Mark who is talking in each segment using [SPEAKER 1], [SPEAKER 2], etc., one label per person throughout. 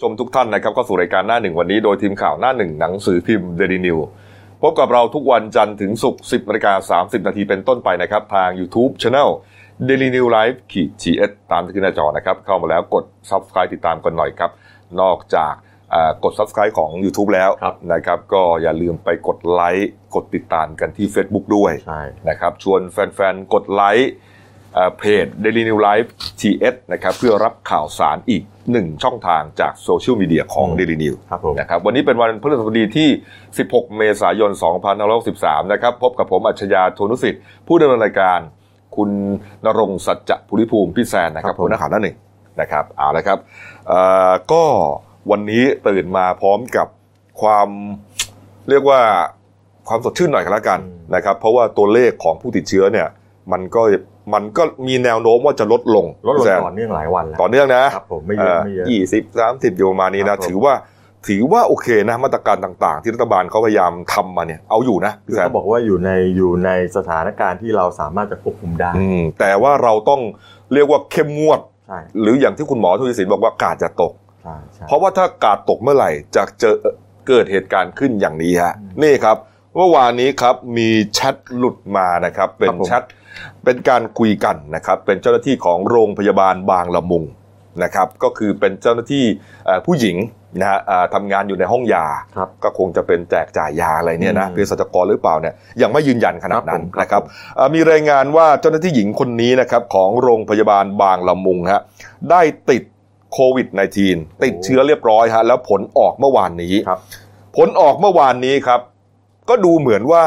[SPEAKER 1] ชมทุกท่านนะครับเข้าสู่รายการหน้าหนึ่งวันนี้โดยทีมข่าวหน้าหนึ่งหนังสือพิมพ์เดลินิวพบกับเราทุกวันจันทร์ถึงศุกร์10นาฬิกา30 นาทีเป็นต้นไปนะครับ ทาง YouTube Channel Daily New Life ขีดจีเอตามที่ขึ้นหน้าจอนะครับ เข้ามาแล้วกด Subscribe ติดตามกันหน่อยครับ นอกจากอ่ากด Subscribe ของ YouTube แล้ว
[SPEAKER 2] ครับ
[SPEAKER 1] นะครับ ก็อย่าลืมไปกดไลค์กดติดตามกันที่ Facebook ด้วย
[SPEAKER 2] ใช่
[SPEAKER 1] นะครับชวนแฟนๆ กดไลค์เอ่อเพจ Daily New Life TS นะครับเพื่อรับข่าวสารอีกหนึ่งช่องทางจากโซเชียลมีเดียของ
[SPEAKER 2] อืม
[SPEAKER 1] Daily New
[SPEAKER 2] ครับผม
[SPEAKER 1] นะครับวันนี้เป็นวันพฤหัสบดีที่ 16 เมษายน 2563 นะครับพบกับผมอัจฉริยาโทนุสิทธิ์ ผู้ดำเนินรายการ คุณนรงค์สัจจะภูริภูมิพี่แซนนะครับหัวหน้าข่าวหน้าหนึ่งนะครับเอาละครับเอ่อก็วันนี้ตื่นมาพร้อมกับความเรียกว่าความสดชื่นหน่อยก็แล้วกันนะครับ เพราะว่าตัวเลขของผู้ติดเชื้อเนี่ยมันก็มันก็มีแนวโน้มว่าจะลดลง
[SPEAKER 2] ลดลง
[SPEAKER 1] พี่แซน
[SPEAKER 2] ต่อเนื่องหลายวันแล้ว
[SPEAKER 1] ต่อเนื่องนะ
[SPEAKER 2] ครับผมไม่เยอะไม่เยอะ
[SPEAKER 1] ยี่สิบสามสิบอยู่ประมาณนี้
[SPEAKER 2] ครั
[SPEAKER 1] นะ
[SPEAKER 2] บผม
[SPEAKER 1] ถือว่าถือว่าโอเคนะมาตรการต่างๆ ที่รัฐบาลเขาพยายามทำมาเนี่ยเอาอยู่นะ
[SPEAKER 2] คื
[SPEAKER 1] พี่
[SPEAKER 2] อ
[SPEAKER 1] แซ
[SPEAKER 2] เขา
[SPEAKER 1] ม
[SPEAKER 2] บอกว่าอยู่ในอยู่ในสถานการณ์ที่เราสามารถจะควบคุมได้
[SPEAKER 1] อืมแต่ว่าเราต้องเรียกว่าเข้มงวด
[SPEAKER 2] ใช่
[SPEAKER 1] หรืออย่างที่คุณหมอทวีสินบอกว่ากาดจะตก
[SPEAKER 2] ใช่ใช่
[SPEAKER 1] เพราะว่าถ้ากาดตกเมื่อไหร่จะเจอเกิดเหตุการณ์ขึ้นอย่างนี้ฮะ
[SPEAKER 2] อืม
[SPEAKER 1] นี่ครับเมื่อวานนี้ครับมีแชทหลุดมานะครับเป็น
[SPEAKER 2] ครับผม
[SPEAKER 1] แชทเป็นการคุยกันนะครับเป็นเจ้าหน้าที่ของโรงพยาบาลบางละมุงนะครับก็คือเป็นเจ้าหน้าที่เอ่อผู้หญิงนะฮะเอ่อทำงานอยู่ในห้องยา
[SPEAKER 2] ครับ
[SPEAKER 1] ก็คงจะเป็นแจกจ่ายยาอะไรเนี่ยนะ
[SPEAKER 2] อืม
[SPEAKER 1] เภสัชกรหรือเปล่าเนี่ยยังไม่ยืนยันขนาดนั้น
[SPEAKER 2] ครับผม
[SPEAKER 1] นะครับเอ่อมีรายงานว่าเจ้าหน้าที่หญิงคนนี้นะครับของโรงพยาบาลบางละมุงฮะได้ติดโควิด -19 ติดเชื้อเรียบร้อยฮะแล้วผลออกเมื่อวานนี้
[SPEAKER 2] ครับ
[SPEAKER 1] ผลออกเมื่อวานนี้ครับ ก็ดูเหมือนว่า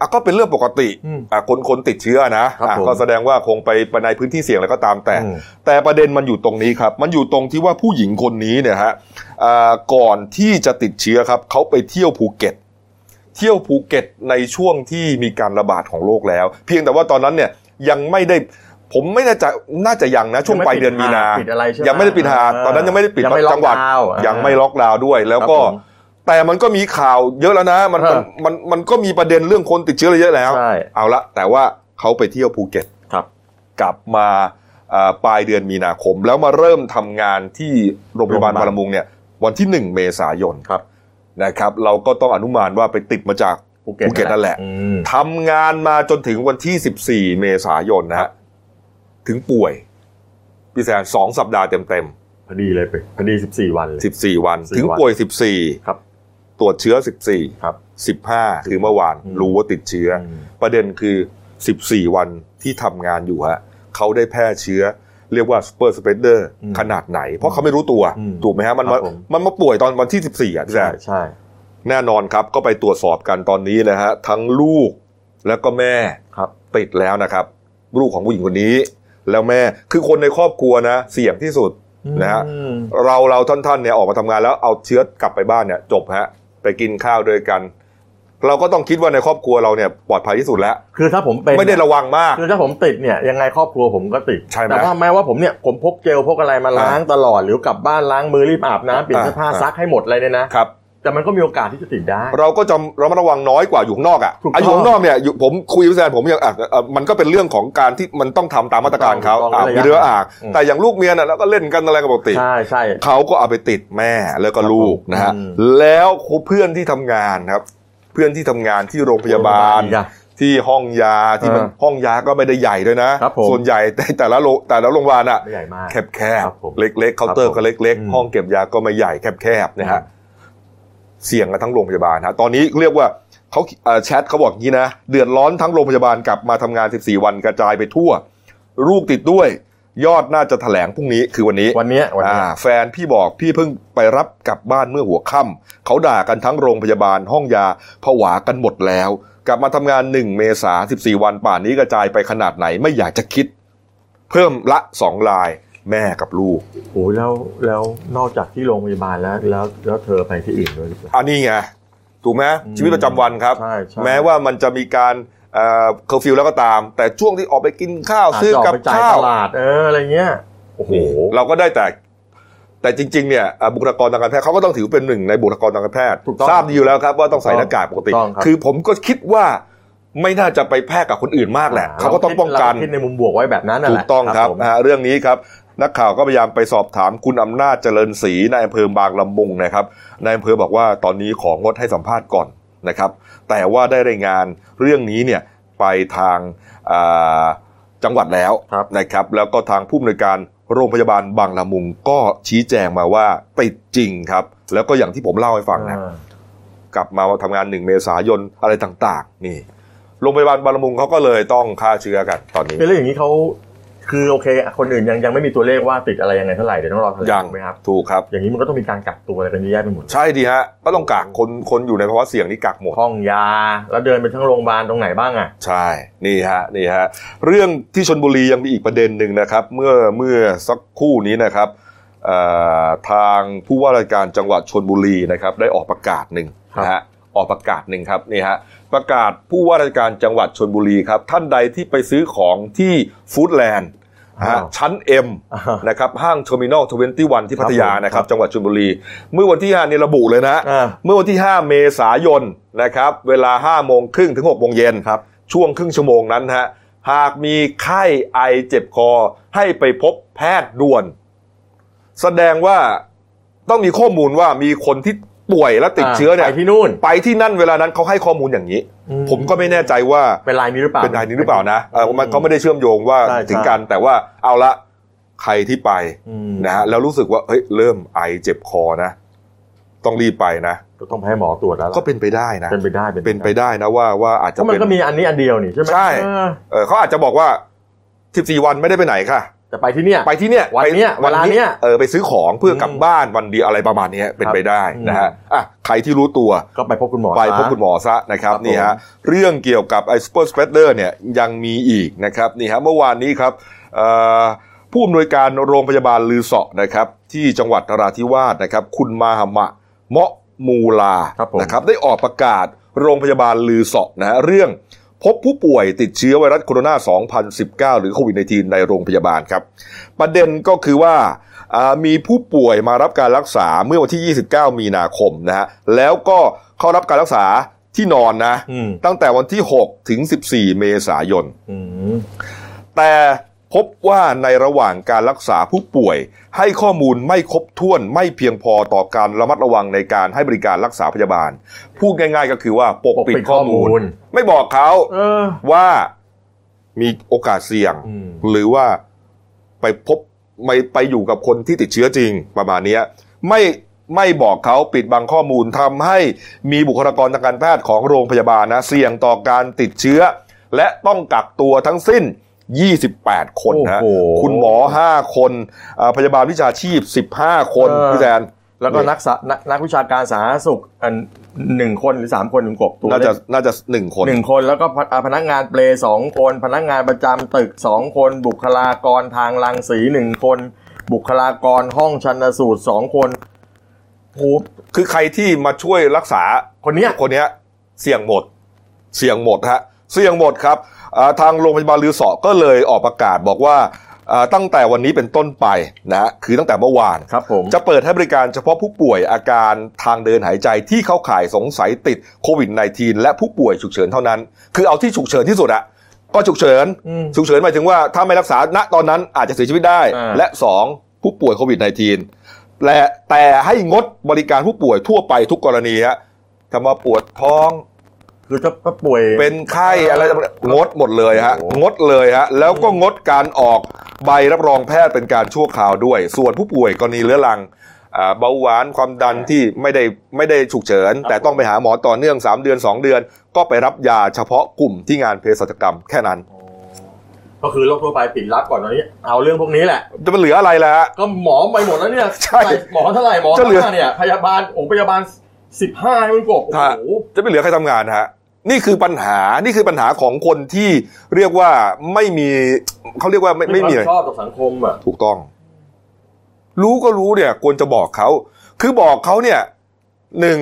[SPEAKER 1] อ่ะก็เป็นเรื่องปกติ
[SPEAKER 2] อืม
[SPEAKER 1] อ่ะคนคนติดเชื้อนะครับ อ่ะ
[SPEAKER 2] ผม
[SPEAKER 1] ก็แสดงว่าคงไปไปในพื้นที่เสี่ยงอะไรก็ตามแต่
[SPEAKER 2] อืม
[SPEAKER 1] แต่ประเด็นมันอยู่ตรงนี้ครับ มันอยู่ตรงที่ว่าผู้หญิงคนนี้เนี่ยฮะอ่าก่อนที่จะติดเชื้อครับ เขาไปเที่ยวภูเก็ต เที่ยวภูเก็ตในช่วงที่มีการระบาดของโรคแล้ว เพียงแต่ว่าตอนนั้นเนี่ยยังไม่ได้ ผมไม่แน่ใจน่าจะยังนะ ช่วงปลายเดือนมีนา
[SPEAKER 2] ปิดอะไรใช่ห
[SPEAKER 1] ยังไม่ได้ปิดหาดตอนนั้นยังไม่ได้ปิด
[SPEAKER 2] ยังไม่ล็อ
[SPEAKER 1] จั
[SPEAKER 2] ก
[SPEAKER 1] งหวัด
[SPEAKER 2] ดาวน์อ่ะ
[SPEAKER 1] ยังไม่ล็อกดาวน์ด้วย แล้วก็
[SPEAKER 2] ครับผม
[SPEAKER 1] แต่มันก็มีข่าวเยอะแล้วนะ มันมัน
[SPEAKER 2] ฮะ
[SPEAKER 1] มันมันก็มีประเด็นเรื่องคนติดเชื้ออะไรเยอะแล้ว
[SPEAKER 2] ใช่
[SPEAKER 1] เอาละแต่ว่าเขาไปเที่ยวภูเก็ต
[SPEAKER 2] ครับ
[SPEAKER 1] กลับมาเอ่อปลายเดือนมีนาคม แล้วมาเริ่มทำงานที่โรงพยาบาลบารมุงเนี่ยวันที่ 1 เมษายน
[SPEAKER 2] ครับ
[SPEAKER 1] นะครับ เราก็ต้องอนุมานว่าไปติดมาจาก
[SPEAKER 2] ภู
[SPEAKER 1] ภูเก็ตนั่นแหละ
[SPEAKER 2] อืม
[SPEAKER 1] ทำงานมาจนถึงวันที่ 14 เมษายนนะฮะถึงป่วยพี่แซนสองสัปดาห์เต็ม
[SPEAKER 2] พอดีเลยไปพอดี 14 วันเลย
[SPEAKER 1] ๆ14 วัน
[SPEAKER 2] 14
[SPEAKER 1] ถึงป่วย
[SPEAKER 2] ครับ
[SPEAKER 1] 14 ตรวจเชื้อ 14
[SPEAKER 2] ครับ
[SPEAKER 1] 15 คือเมื่อวาน
[SPEAKER 2] อืม
[SPEAKER 1] รู้ว่าติดเชื้อ
[SPEAKER 2] ม
[SPEAKER 1] ประเด็นคือ 14 วันที่ทำงานอยู่ฮะเขาได้แพร่เชื้อ เรียกว่าสเปอร์สเปเดอร์
[SPEAKER 2] อืม
[SPEAKER 1] ขนาดไหน เพราะเขาไม่รู้ตัว
[SPEAKER 2] อืม
[SPEAKER 1] ถูกไหมฮะ มันมา
[SPEAKER 2] ครับผม
[SPEAKER 1] มันมาป่วยตอนวันที่ 14 อ่ะพี่แจ๊
[SPEAKER 2] ใช่ใช่
[SPEAKER 1] แน่นอนครับ ก็ไปตรวจสอบกันตอนนี้นะฮะ ทั้งลูกแล้วก็แม่
[SPEAKER 2] ครับ
[SPEAKER 1] ติดแล้วนะครับ ลูกของผู้หญิงคนนี้ แล้วแม่คือคนในครอบครัวนะ เสี่ยงที่สุด นะฮะ
[SPEAKER 2] อืม
[SPEAKER 1] เราเราท่านท่านๆเนี่ยออกมาทำงานแล้วเอาเชื้อกลับไปบ้านเนี่ยจบฮะไปกินข้าวด้วยกัน เราก็ต้องคิดว่าในครอบครัวเราเนี่ยปลอดภัยที่สุดแล้ว
[SPEAKER 2] คือถ้าผมเป็น
[SPEAKER 1] ไม่ได้ระวังมาก
[SPEAKER 2] คือถ้าผมติดเนี่ยยังไงครอบครัวผมก็ติด
[SPEAKER 1] ใช่ไหม
[SPEAKER 2] แต่ว่าแม้ว่าผมเนี่ยผมพกเจลพกอะไรมาล้างตลอด หรือกลับบ้านล้างมือรีบอาบน้ำเปลี่ยนเสื้อผ้า
[SPEAKER 1] อ่า
[SPEAKER 2] ซักให้หมดเลยเนี่ยนะ
[SPEAKER 1] ครับ
[SPEAKER 2] แต่มันก็มีโอกาสที่จะติดได้
[SPEAKER 1] เราก็จะระมัดระวังน้อยกว่าอยู่ข้างนอกอ่ะ
[SPEAKER 2] ถูกต้อง
[SPEAKER 1] อ่ะอยู่ข้างนอกเนี่ยอยู่ผมคุยกับแซนผมยังอ่ะเอ่อมันก็เป็นเรื่องของการที่มันต้องทำตามมาตรการเขา
[SPEAKER 2] ถูกต้อง
[SPEAKER 1] อ่ะ
[SPEAKER 2] ระยะ
[SPEAKER 1] มีเรืออ่าง
[SPEAKER 2] อืม
[SPEAKER 1] แต่อย่างลูกเมียน่ะแล้วก็เล่นกันอะไรกันปกติ
[SPEAKER 2] ใช่ใช่
[SPEAKER 1] เขาก็เอาไปติดแม่แล้วก็ลูก
[SPEAKER 2] ครับผม
[SPEAKER 1] นะฮะ
[SPEAKER 2] อืม
[SPEAKER 1] แล้วเพื่อนที่ทำงานครับ เพื่อนที่ทำงานที่โรงพยาบาล
[SPEAKER 2] อีกอ่ะ
[SPEAKER 1] ที่ห้องยาที่มัน
[SPEAKER 2] เออ
[SPEAKER 1] ห้องยาก็ไม่ได้ใหญ่ด้วยนะ
[SPEAKER 2] ครับผม
[SPEAKER 1] ส่วนใหญ่ แต่แต่ละโรงแต่ละโรงพยาบาลอ่ะ
[SPEAKER 2] ไม่ใหญ่มาก
[SPEAKER 1] แคบแคบ
[SPEAKER 2] ครับผม
[SPEAKER 1] เล็กๆเคาน์เตอร์
[SPEAKER 2] ครับผม
[SPEAKER 1] ก็เล็ก
[SPEAKER 2] อืม
[SPEAKER 1] ๆ ห้องเก็บยาก็ไม่ใหญ่แคบแคบนะฮะ
[SPEAKER 2] อืม
[SPEAKER 1] เสี่ยงกันทั้งโรงพยาบาลฮะตอนนี้เรียกว่าเขาเอ่อแชทเขาบอกงี้นะ เดือดร้อนทั้งโรงพยาบาลกลับมาทำงาน 14 วันกระจายไปทั่ว ลูกติดด้วย ยอดน่าจะแถลงพรุ่งนี้คือวันนี้
[SPEAKER 2] วันเนี้ยวันเนี้ย
[SPEAKER 1] อ่าแฟนพี่บอกพี่เพิ่งไปรับกลับบ้านเมื่อหัวค่ำเขาด่ากันทั้งโรงพยาบาลห้องยาผวากันหมดแล้ว กลับมาทำงาน 1 เมษา14 วันป่านนี้กระจายไปขนาดไหนไม่อยากจะคิด เพิ่มละสองลายแม่กับลูก
[SPEAKER 2] โอ้ยแล้วแล้วนอกจากที่โรงพยาบาลแล้วแล้วแล้วเธอไปที่อื่นด้วยหรือเปล่า
[SPEAKER 1] อันนี้ไงถูกไหม
[SPEAKER 2] อืม
[SPEAKER 1] ชีวิตประจำวันครับ
[SPEAKER 2] ใช่ใช่
[SPEAKER 1] แม้ว่ามันจะมีการเอ่อเคอร์ฟิวแล้วก็ตาม แต่ช่วงที่ออกไปกินข้าว
[SPEAKER 2] าจ
[SPEAKER 1] ซื้อ
[SPEAKER 2] จะ
[SPEAKER 1] กับ
[SPEAKER 2] ไปจ่าย
[SPEAKER 1] ข้าว
[SPEAKER 2] ตลาดเอออะไรเงี้ยโอ้โห
[SPEAKER 1] นี่เราก็ได้แต่ แต่จริง ๆ เนี่ยเอ่อบุคลากรทางการแพทย์เขาก็ต้องถือเป็นหนึ่งในบุคลากรทางการแพทย์
[SPEAKER 2] ถูกต้อง
[SPEAKER 1] ทราบดีอยู่แล้วครับ ว่าต้องใส่หน้ากากปกติ
[SPEAKER 2] ถูกต้องครับ
[SPEAKER 1] คือผมก็คิดว่าไม่น่าจะไปแพร่กับคนอื่นมากแหละเขาก็ต้องป้องกัน
[SPEAKER 2] เราคิดในมุมบวกไว้แบบนั้นน่ะ
[SPEAKER 1] ถู
[SPEAKER 2] แห
[SPEAKER 1] ก
[SPEAKER 2] ละ
[SPEAKER 1] ต้องครับ
[SPEAKER 2] ผม
[SPEAKER 1] นะฮะเรื่องนี้ครับ นักข่าวก็พยายามไปสอบถามคุณอำนาจเจริญศรีนายอำเภอบางละมุงนะครับนายอำเภอบอกว่าตอนนี้ของงดให้สัมภาษณ์ก่อนนะครับ แต่ว่าได้รายงานเรื่องนี้เนี่ยไปทางอ่าจังหวัดแล้ว
[SPEAKER 2] ครับ
[SPEAKER 1] นะครับ แล้วก็ทางผู้อำนวยการโรงพยาบาลบางละมุงก็ชี้แจงมาว่าติดจริงครับ แล้วก็อย่างที่ผมเล่าให้ฟังนะ
[SPEAKER 2] อ่าก
[SPEAKER 1] ลับมาทำงาน 1 เมษายนอะไรต่างๆ นี่ โรงพยาบาลบางละมุงเขาก็เลยต้องฆ่าเชื้อกันตอนนี้
[SPEAKER 2] เป็นเรื่องอย่างนี้เขาคือโอเค คนอื่นยังยังไม่มีตัวเลขว่าติดอะไรยังไงเท่าไหร่เดี๋ยวต้องรอแถล
[SPEAKER 1] ยัง
[SPEAKER 2] ถูกไหมครับ
[SPEAKER 1] ถูกครับ
[SPEAKER 2] อย่างนี้มันก็ต้องมีการกักตัวอะไรกันเยอะแยะไปหมด
[SPEAKER 1] ใช่ดีฮะ ก็ต้องกักคนคนอยู่ในภาวะเสี่ยงนี่กักหมด
[SPEAKER 2] ห้องยา แล้วเดินไปทั้งโรงพยาบาลตรงไหนบ้างอ่ะ
[SPEAKER 1] ใช่ นี่ฮะ นี่ฮะ เรื่องที่ชนบุรียังมีอีกประเด็นหนึ่งนะครับ เมื่อ เมื่อสักครู่นี้นะครับเอ่อทางผู้ว่าราชการจังหวัดชนบุรีนะครับ ได้ออกประกาศหนึ่ง
[SPEAKER 2] ครับ
[SPEAKER 1] นะฮะ ออกประกาศหนึ่งครับ นี่ฮะ ประกาศผู้ว่าราชการจังหวัดชนบุรีครับ ท่านใดที่ไปซื้อของที่ฟู้ดแลนด์นะฮะชั้น M
[SPEAKER 2] อ่า
[SPEAKER 1] นะครับห้างเทอร์มินอล21 ที่พัทยา
[SPEAKER 2] ครับผม
[SPEAKER 1] นะครับ จังหวัดชลบุรี เมื่อวันที่5นี่ระบุเลยนะ
[SPEAKER 2] อ่า
[SPEAKER 1] เมื่อวันที่ 5 เมษายนนะครับ เวลา 5 โมงครึ่งถึง 6 โมงเย็น
[SPEAKER 2] ครับ
[SPEAKER 1] ช่วงครึ่งชั่วโมงนั้นฮะ หากมีไข้ไอเจ็บคอให้ไปพบแพทย์ด่วน แสดงว่าต้องมีข้อมูลว่ามีคนที่ป่วยและติดเชื้อเนี่ย
[SPEAKER 2] ไปที่นู่น
[SPEAKER 1] ไปที่นั่นเวลานั้นเขาให้ข้อมูลอย่างนี้
[SPEAKER 2] อืม
[SPEAKER 1] ผมก็ไม่แน่ใจว่า
[SPEAKER 2] เป็นลายนี้หรือเปล่า
[SPEAKER 1] เป็นนายนี้หรือเปล่านะเออมันเขาไม่ได้เชื่อมโยงว่า
[SPEAKER 2] ใช่
[SPEAKER 1] ถึง
[SPEAKER 2] ใช่
[SPEAKER 1] กันแต่ว่าเอาละใครที่ไป
[SPEAKER 2] อืม
[SPEAKER 1] นะฮะแล้วรู้สึกว่าเฮ้ยเริ่มไอเจ็บคอนะ ต้องรีบไปนะ
[SPEAKER 2] ก็ต้องไปให้หมอตรวจแล้วล่ะ
[SPEAKER 1] ก็เป็นไปได้นะ
[SPEAKER 2] เป็นไปได้เป็น
[SPEAKER 1] เป็นไปได้นะว่าว่าอาจ
[SPEAKER 2] เพ
[SPEAKER 1] จะ
[SPEAKER 2] ราะมัน
[SPEAKER 1] เป็น
[SPEAKER 2] ก็มีอันนี้อันเดียวนี่ใช่ไหม
[SPEAKER 1] ใช่
[SPEAKER 2] เออ
[SPEAKER 1] เออเขาอาจจะบอกว่า 14 วันไม่ได้ไปไหนค่ะ
[SPEAKER 2] แต่ไปที่เนี่ย
[SPEAKER 1] ไปที่เนี่ย
[SPEAKER 2] วันเนี้ย
[SPEAKER 1] ไป
[SPEAKER 2] เวลาเนี้ย
[SPEAKER 1] เออไปซื้อของเพื่อกลับ
[SPEAKER 2] อืม
[SPEAKER 1] บ้านวันเดียวอะไรประมาณเนี้ยเป็นไปได้
[SPEAKER 2] ครับ
[SPEAKER 1] นะฮะอ่ะใครที่รู้ตัว
[SPEAKER 2] ก็ไปพบคุณหมอ
[SPEAKER 1] ไป
[SPEAKER 2] ซะ
[SPEAKER 1] พบคุณหมอซะนะครับ
[SPEAKER 2] ครับ
[SPEAKER 1] นี่ฮะ
[SPEAKER 2] ผม
[SPEAKER 1] เรื่องเกี่ยวกับไอซูเปอร์สเปรดเดอร์เนี่ยยังมีอีกนะครับนี่ฮะเมื่อวานนี้ครับเอ่อผู้อำนวยการโรงพยาบาลลือเสาะนะครับที่จังหวัดนราธิวาสนะครับคุณมาหมะเมาะมูลา
[SPEAKER 2] ครับผม
[SPEAKER 1] นะครับได้ออกประกาศโรงพยาบาลลือเสาะนะฮะเรื่องพบผู้ป่วยติดเชื้อไวรัสโคโรนา 2019 หรือโควิด -19 ในโรงพยาบาลครับ ประเด็นก็คือว่าอ่ามีผู้ป่วยมารับการรักษาเมื่อวันที่ 29 มีนาคมนะฮะแล้วก็เข้ารับการรักษาที่นอนนะ
[SPEAKER 2] อืม
[SPEAKER 1] ตั้งแต่วันที่ 6 ถึง 14 เมษายน
[SPEAKER 2] อืม
[SPEAKER 1] แต่พบว่าในระหว่างการรักษาผู้ป่วย ให้ข้อมูลไม่ครบถ้วนไม่เพียงพอต่อการระมัดระวังในการให้บริการรักษาพยาบาล พูดง่ายๆก็คือว่าปกปิด
[SPEAKER 2] ปกปิดข้
[SPEAKER 1] ข้
[SPEAKER 2] อ
[SPEAKER 1] อ
[SPEAKER 2] มู
[SPEAKER 1] มู
[SPEAKER 2] ล
[SPEAKER 1] ล ไม่บอกเขา
[SPEAKER 2] เออ
[SPEAKER 1] ว่ามีโอกาสเสี่ยง
[SPEAKER 2] อืม
[SPEAKER 1] หรือว่าไปพบไม่ไปอยู่กับคนที่ติดเชื้อจริงประมาณเนี้ยไม่ไม่บอกเขาปิดบังข้อมูลทำให้มีบุคลากรทางการแพทย์ของโรงพยาบาลนะเสี่ยงต่อการติดเชื้อ และต้องกักตัวทั้งสิ้น 28 คนนะ
[SPEAKER 2] โอ้โห
[SPEAKER 1] คุณหมอ 5 คนอ่าพยาบาลวิชาชีพ 15 คน
[SPEAKER 2] เออ
[SPEAKER 1] พี่แดน
[SPEAKER 2] แล้วก็นักสะนักนักวิชาการสาธารณสุขอันหนึ่งคนหรือสามคนถึงกบตัว
[SPEAKER 1] น่าจะน่าจะหนึ่งคน
[SPEAKER 2] หนึ่งคนแล้วก็พอ่าพนักงานเปลสองคน พนักงานประจำตึกสองคน บุคลากรทางรังสีหนึ่งคน บุคลากรห้องชันสูตรสองคนโอ้โห
[SPEAKER 1] คือใครที่มาช่วยรักษา
[SPEAKER 2] คนเนี้ย
[SPEAKER 1] คนเนี้ยเสี่ยงหมด เสี่ยงหมดฮะ เสี่ยงหมดครับอ่าทางโรงพยาบาลลือเสอก็เลยออกประกาศบอกว่าอ่าตั้งแต่วันนี้เป็นต้นไปนะฮะคือตั้งแต่เมื่อวาน
[SPEAKER 2] ครับผม
[SPEAKER 1] จะเปิดให้บริการเฉพาะผู้ป่วยอาการทางเดินหายใจที่เข้าข่ายสงสัยติดโควิด -19 และผู้ป่วยฉุกเฉินเท่านั้น คือเอาที่ฉุกเฉินที่สุดอะก็ฉุกเฉิน
[SPEAKER 2] อืม
[SPEAKER 1] ฉุกเฉินหมายถึงว่าถ้าไม่รักษาณตอนนั้นอาจจะเสียชีวิตได้
[SPEAKER 2] อ่า
[SPEAKER 1] และ 2 ผู้ป่วยโควิด -19 และแต่ให้งดบริการผู้ป่วยทั่วไปทุกกรณีฮะถ้ามาปวดท้อง
[SPEAKER 2] คือถ้าถ้าป่วย
[SPEAKER 1] เป็นไข้อะไรงดหมดเลยฮะ
[SPEAKER 2] โอ้โห
[SPEAKER 1] งดเลยฮะแล้วก็งดการออกใบรับรองแพทย์เป็นการชั่วคราวด้วย ส่วนผู้ป่วยกรณีเรื้อรังอ่าเบาหวานความดันที่ไม่ได้ไม่ได้ฉุกเฉิน แต่ต้องไปหาหมอต่อเนื่อง 3 เดือน 2 เดือน ก็ไปรับยาเฉพาะกลุ่มที่งานเภสัชกรรมแค่นั้น
[SPEAKER 2] ก็คือโรคทั่วไปปิดรับก่อนตอนนี้ เอาเรื่องพวกนี้แหละ
[SPEAKER 1] จะมันเหลืออะไรล่ะฮะ
[SPEAKER 2] ก็หมอไปหมดแล้วเนี่ย
[SPEAKER 1] ใช่
[SPEAKER 2] หมอเท่าไหร่หมอ
[SPEAKER 1] จะ
[SPEAKER 2] เท่า
[SPEAKER 1] เหลื
[SPEAKER 2] ไห
[SPEAKER 1] อ
[SPEAKER 2] ร่เนี่ยพยาบาลโอ้พยาบาลสิบห้าคุณกบโอ้
[SPEAKER 1] ฮะ
[SPEAKER 2] โห
[SPEAKER 1] จะไม่เหลือใครทำงานฮะนี่คือปัญหานี่คือปัญหาของคนที่เรียกว่าไม่มีเขาเรียกว่าไม่ไม่มี
[SPEAKER 2] ค
[SPEAKER 1] เล
[SPEAKER 2] วาย ชอบต่อสังคมอ่ะ
[SPEAKER 1] ถูกต้อง รู้ก็รู้เนี่ย ควรจะบอกเขา คือบอกเขาเนี่ยหนึ่ง